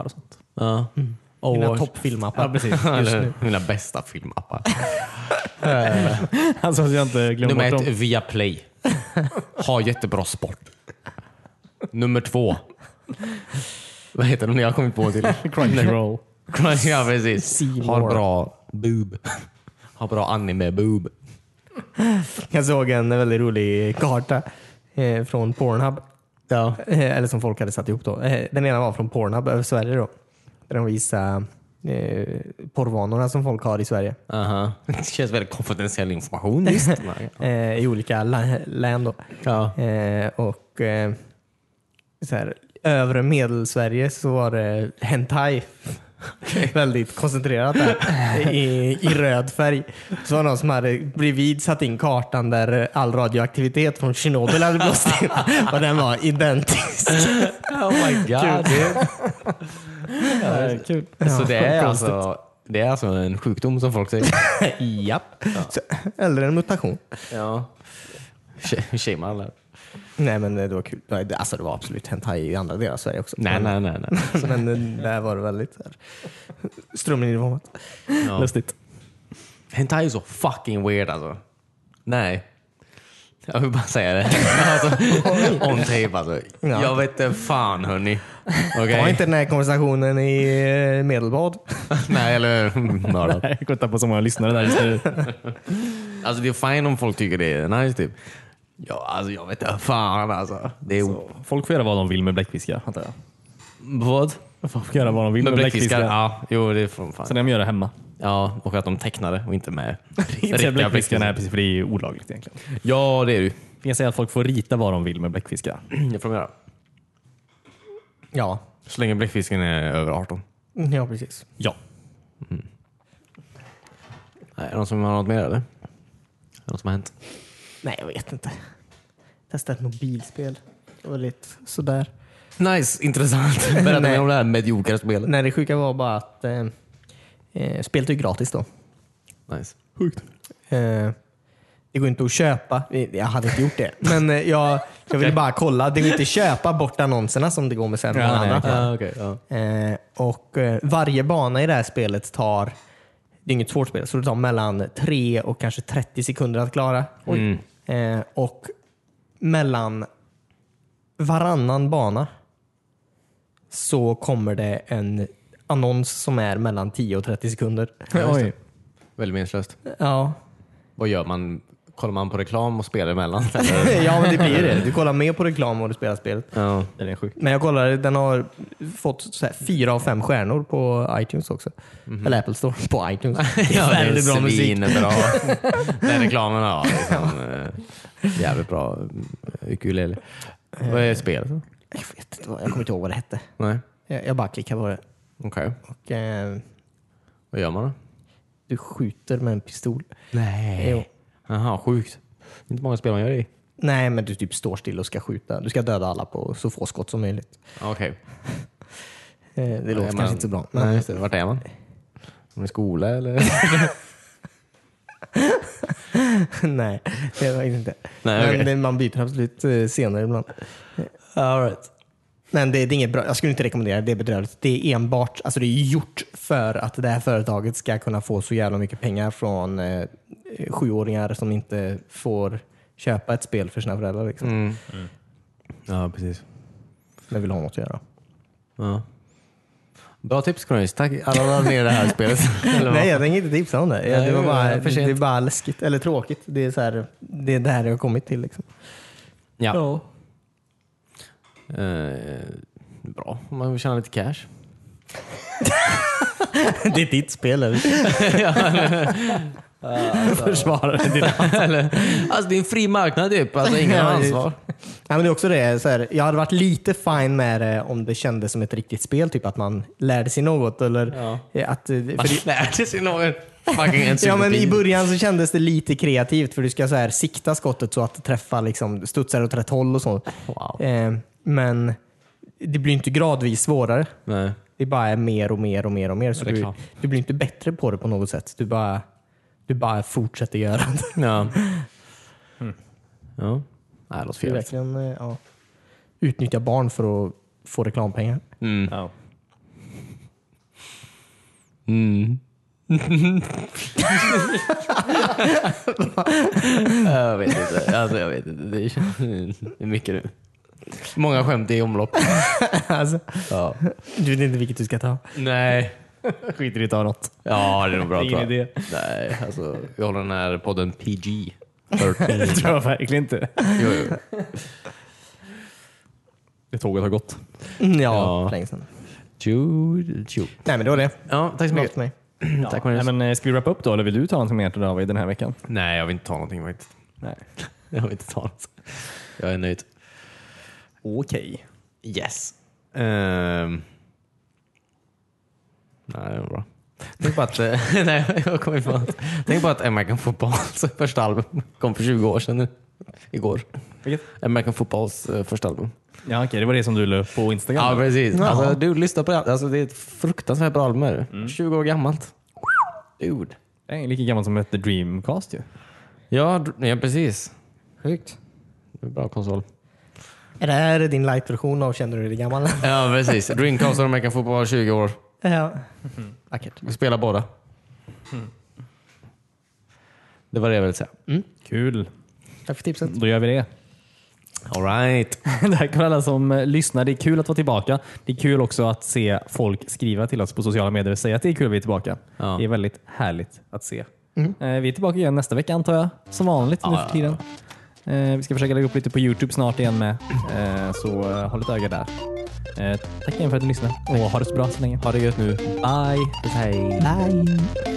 S3: och sånt.
S1: Ja.
S4: Mina
S1: Overwatch.
S4: toppfilmappar. *laughs*
S3: precis.
S1: Eller Mina bästa filmappar.
S3: *laughs* alltså, jag inte glömmer
S1: Nummer
S3: bort
S1: ett,
S3: dem.
S1: Viaplay. Ha jättebra sport. Nummer två. Vad heter de? Jag har kommit på till.
S3: Crunchyroll.
S1: Ja, precis.
S4: See
S1: Ha
S4: more.
S1: bra boob. Ha bra anime-boob.
S4: Jag såg en väldigt rolig karta eh, från Pornhub Ja. Eh, Eller som folk hade satt ihop då. Eh, Den ena var från Pornhub över Sverige då. Där de visade eh, porrvanorna som folk har i Sverige.
S1: Aha. Det känns väldigt konfidentiell information.
S3: *laughs*
S1: Visst. Nej.
S4: eh, i olika lä- län. Då.
S1: Ja.
S4: Eh, och eh, så här, övre medelsverige så var det hentai. Väldigt koncentrerat där i, i röd färg. Så var det någon som hade bredvid satt in kartan där all radioaktivitet från Tjernobyl hade
S1: *laughs*
S4: blåst in och den var identisk.
S1: Oh my god.
S3: kul.
S1: *laughs* Så det är,
S4: Ja,
S1: alltså, det är alltså en sjukdom som folk *laughs* säger?
S4: Japp. Så, eller en mutation.
S1: Ja. Shaman där.
S4: Nej men det var kul. Nej, det- Alltså det var absolut hentai i andra delar av Sverige också.
S1: Nej, nej, nej. nej.
S4: Så, men eh, där var det väldigt så här, strömlinjeformat.
S1: Ja.
S3: Lustigt.
S1: Hentai är så fucking weird alltså. Nej. Jag vill bara säga *laughs* det. Alltså, on tape alltså.
S4: Ja.
S1: Jag vet inte fan hörni. Okej?
S4: Ta inte den här konversationen i eh, medelbad.
S1: *laughs* Nej, eller Mm, mördat.
S3: Nej, *laughs* Jag kollar på så många lyssnare där just nu.
S1: Alltså det är fine om folk tycker det är nice typ. Ja, alltså jag vet inte fan alltså. Det är...
S3: *laughs* Folk får göra vad de vill med bläckfiskar, antar jag.
S1: Vad?
S3: Folk får göra vad de vill med,
S1: Med
S3: bläckfiskar.
S1: bläckfiskar? Ja, jo det får de
S3: Så
S1: fan.
S3: de gör det hemma.
S1: Ja, och att de tecknade och inte *laughs* med
S3: Riktiga bläckfiskar, nej
S1: bläckfiskar.
S3: precis, för det är ju olagligt egentligen.
S1: Ja, det är du.
S3: Får jag säga att folk får rita vad de vill med bläckfiskar?
S1: Det får de göra.
S4: Ja.
S1: Så länge bläckfisken är över 18.
S4: Mm, ja, precis.
S3: Ja.
S1: Nej, är det någon som har något mer eller? Är det något som har hänt?
S4: Nej, jag vet inte. Testa ett mobilspel. Det var lite sådär.
S1: Nice, intressant. *laughs* Berätta
S4: Nej.
S1: mer om det här mediokra spelet.
S4: Nej, det sjuka var bara att eh, eh, spelet är ju gratis då.
S1: Nice.
S3: Sjukt.
S4: Eh, det går inte att köpa. Eh, Jag hade inte gjort det. Men eh, jag, jag ville bara kolla. Det går inte att köpa bort annonserna som det går med sen.
S3: Ja,
S4: med
S3: nej,
S4: andra.
S1: Ja, okej. ja.
S4: Eh, och eh, varje bana i det här spelet tar, det är inget svårt spel, så det tar mellan 3 och kanske 30 sekunder att klara. Eh, och mellan varannan bana så kommer det en annons som är mellan 10 och 30 sekunder.
S3: *laughs* Oj.
S1: Väldigt meningslöst.
S4: Ja,
S1: Vad gör man? Kollar man på reklam och spelar emellan?
S4: *laughs* ja men det blir ju det. Du kollar mer på reklam och du spelar spelet.
S1: *laughs* ja.
S3: Det är sjukt.
S4: Men jag kollade, den har fått så här fyra av fem stjärnor på iTunes också. Eller Apple Store på iTunes. Det är väldigt bra
S1: *laughs*
S4: musik.
S1: Bra. Den reklamen ja, liksom, eh, Jävligt bra eh, ukulele. Vad är spelet? då?
S4: Jag vet inte vad, jag kommer inte ihåg vad det hette.
S1: Nej,
S4: Jag, jag bara klickade på det.
S1: okej.
S4: Och, eh,
S1: Vad gör man då?
S4: du skjuter med en pistol. Eh,
S1: Nej.
S4: Jo.
S1: Jaha, sjukt. Det är inte många spel man gör det i.
S4: Nej, men du typ står still och ska skjuta. Du ska döda alla på så få skott som möjligt.
S1: Okej.
S4: Eh, det låter
S1: men-
S4: kanske inte så bra. Men,
S1: Nej, just det. Vart är man? Är man i skola eller?
S4: *laughs* nej, det var inte.
S1: Nej,
S4: men
S1: okej.
S4: det, man byter absolut eh, scener ibland. All right. Men det, det är inget bra. Jag skulle inte rekommendera det. Det är bedrövligt. Det är enbart, alltså det är gjort för att det här företaget ska kunna få så jävla mycket pengar från eh, sjuåringar som inte får köpa ett spel för sina föräldrar. Liksom.
S1: Mm. Ja, precis.
S4: Men vill ha något att göra.
S1: Ja. Bra tips Cornelis. Tack alla laddade ner det här spelet. *laughs* Eller vad?
S4: Nej, jag tänker inte tipsa om det. Ja,
S1: Nej,
S4: det, var
S1: det var
S4: bara,
S1: för
S4: det,
S1: sent.
S4: är bara läskigt, eller tråkigt. Det är, så här, det är det här jag har kommit till. Liksom.
S1: Ja. Eh, bra, om man vill tjäna lite cash. *laughs*
S4: *laughs* det är ditt spel. Eller?
S1: *laughs*
S3: Försvarar det dina
S1: Alltså det är en fri marknad typ. Alltså
S4: Ja,
S1: ingen
S4: det-
S1: ansvar.
S4: Nej, men det är också det, så här, jag hade varit lite fine med det om det kändes som ett riktigt spel. Typ att man lärde sig något. Eller
S1: Ja. Ah,
S4: eh, att, eh, för
S1: Man *laughs*
S4: det,
S1: lärde sig någon fucking
S4: ja, men I
S1: encyklopedi.
S4: början så kändes det lite kreativt för du ska så här, sikta skottet så att det träffar, liksom, studsar åt rätt håll och så.
S1: Wow.
S4: Eh, men det blir inte gradvis svårare.
S1: Nej.
S4: Det bara är mer och mer och mer och mer. Så
S1: Ja, det är
S4: du,
S1: klart.
S4: du blir inte bättre på det på något sätt. Du bara, du bara fortsätter göra det.
S1: Ja.
S3: Mm.
S1: Ja. Nej, det låter
S4: Du
S1: fel.
S4: verkligen eh, ja, utnyttja barn för att få reklampengar. *laughs*
S3: Ja.
S1: Jag vet inte. Alltså, jag vet inte. Det är det är mycket nu. Många skämt i omlopp.
S4: alltså,
S1: Ja.
S4: du vet inte vilket du ska ta.
S1: Nej.
S3: Skiter i att ta *laughs* något.
S1: Ja, det är nog bra
S3: Ingen
S1: tror jag.
S3: idé.
S1: Nej, alltså vi håller den här podden PG. 13. *laughs*
S3: Det tror jag verkligen inte.
S1: Jo, jo.
S3: Det tåget har gått.
S4: Mm, ja,
S1: Ja.
S4: ja. länge sedan.
S1: Tju, tju.
S4: Nej, men det var det.
S1: Ja, tack så
S4: Bra
S1: mycket.
S4: för mig.
S1: Tack,
S3: Nej,
S1: Cornelius.
S3: men, eh, ska vi wrappa upp då, eller vill du ta någonting mer till David den här veckan?
S1: Nej, jag vill inte ta någonting faktiskt.
S3: Nej.
S1: *laughs* Jag vill inte ta något. Jag är nöjd.
S3: Okej.
S1: Yes. Ehm. Nej, det var bra. Tänk på att, eh, *laughs* nej, jag kommer ifrån. att- Tänk på att American Footballs *laughs* första album kom för 20 år sedan nu. Igår.
S3: Vilket?
S1: American Footballs eh, första album.
S3: Ja, okej. Det var det som du la upp på Instagram.
S1: Ja,
S3: eller?
S1: precis.
S4: Jaha.
S1: Alltså, du, lyssna på det. här. Alltså, det är ett fruktansvärt bra album. Är det. 20 år gammalt. Dude.
S3: Det är lika gammalt som ett Dreamcast ju.
S1: Ja, dr- ja precis.
S4: Sjukt.
S1: Det är en Bra konsol.
S4: Är det här din light-version av Känner du dig gammal?
S1: Ja, precis. Dreamcast och American Football 20 år.
S4: ja. Vackert.
S1: Vi spelar båda. Det var det jag ville säga.
S3: Kul.
S4: Tack för tipset.
S3: Då gör vi det.
S1: All
S3: *laughs*
S1: right.
S3: Tack för alla som eh, lyssnar. Det är kul att vara tillbaka. Det är kul också att se folk skriva till oss på sociala medier och säga att det är kul att vi är tillbaka.
S1: Ja.
S3: Det är väldigt härligt att se. Eh, Vi är tillbaka igen nästa vecka antar jag, som vanligt nu
S1: Ja,
S3: för tiden. Eh, Vi ska försöka lägga upp lite på Youtube snart igen med, Eh, så eh, håll ett öga där. Eh, Tack igen för att du lyssnade och ha det så bra så länge.
S1: Ha det gött nu.
S3: Bye!
S1: Hej.
S4: Bye.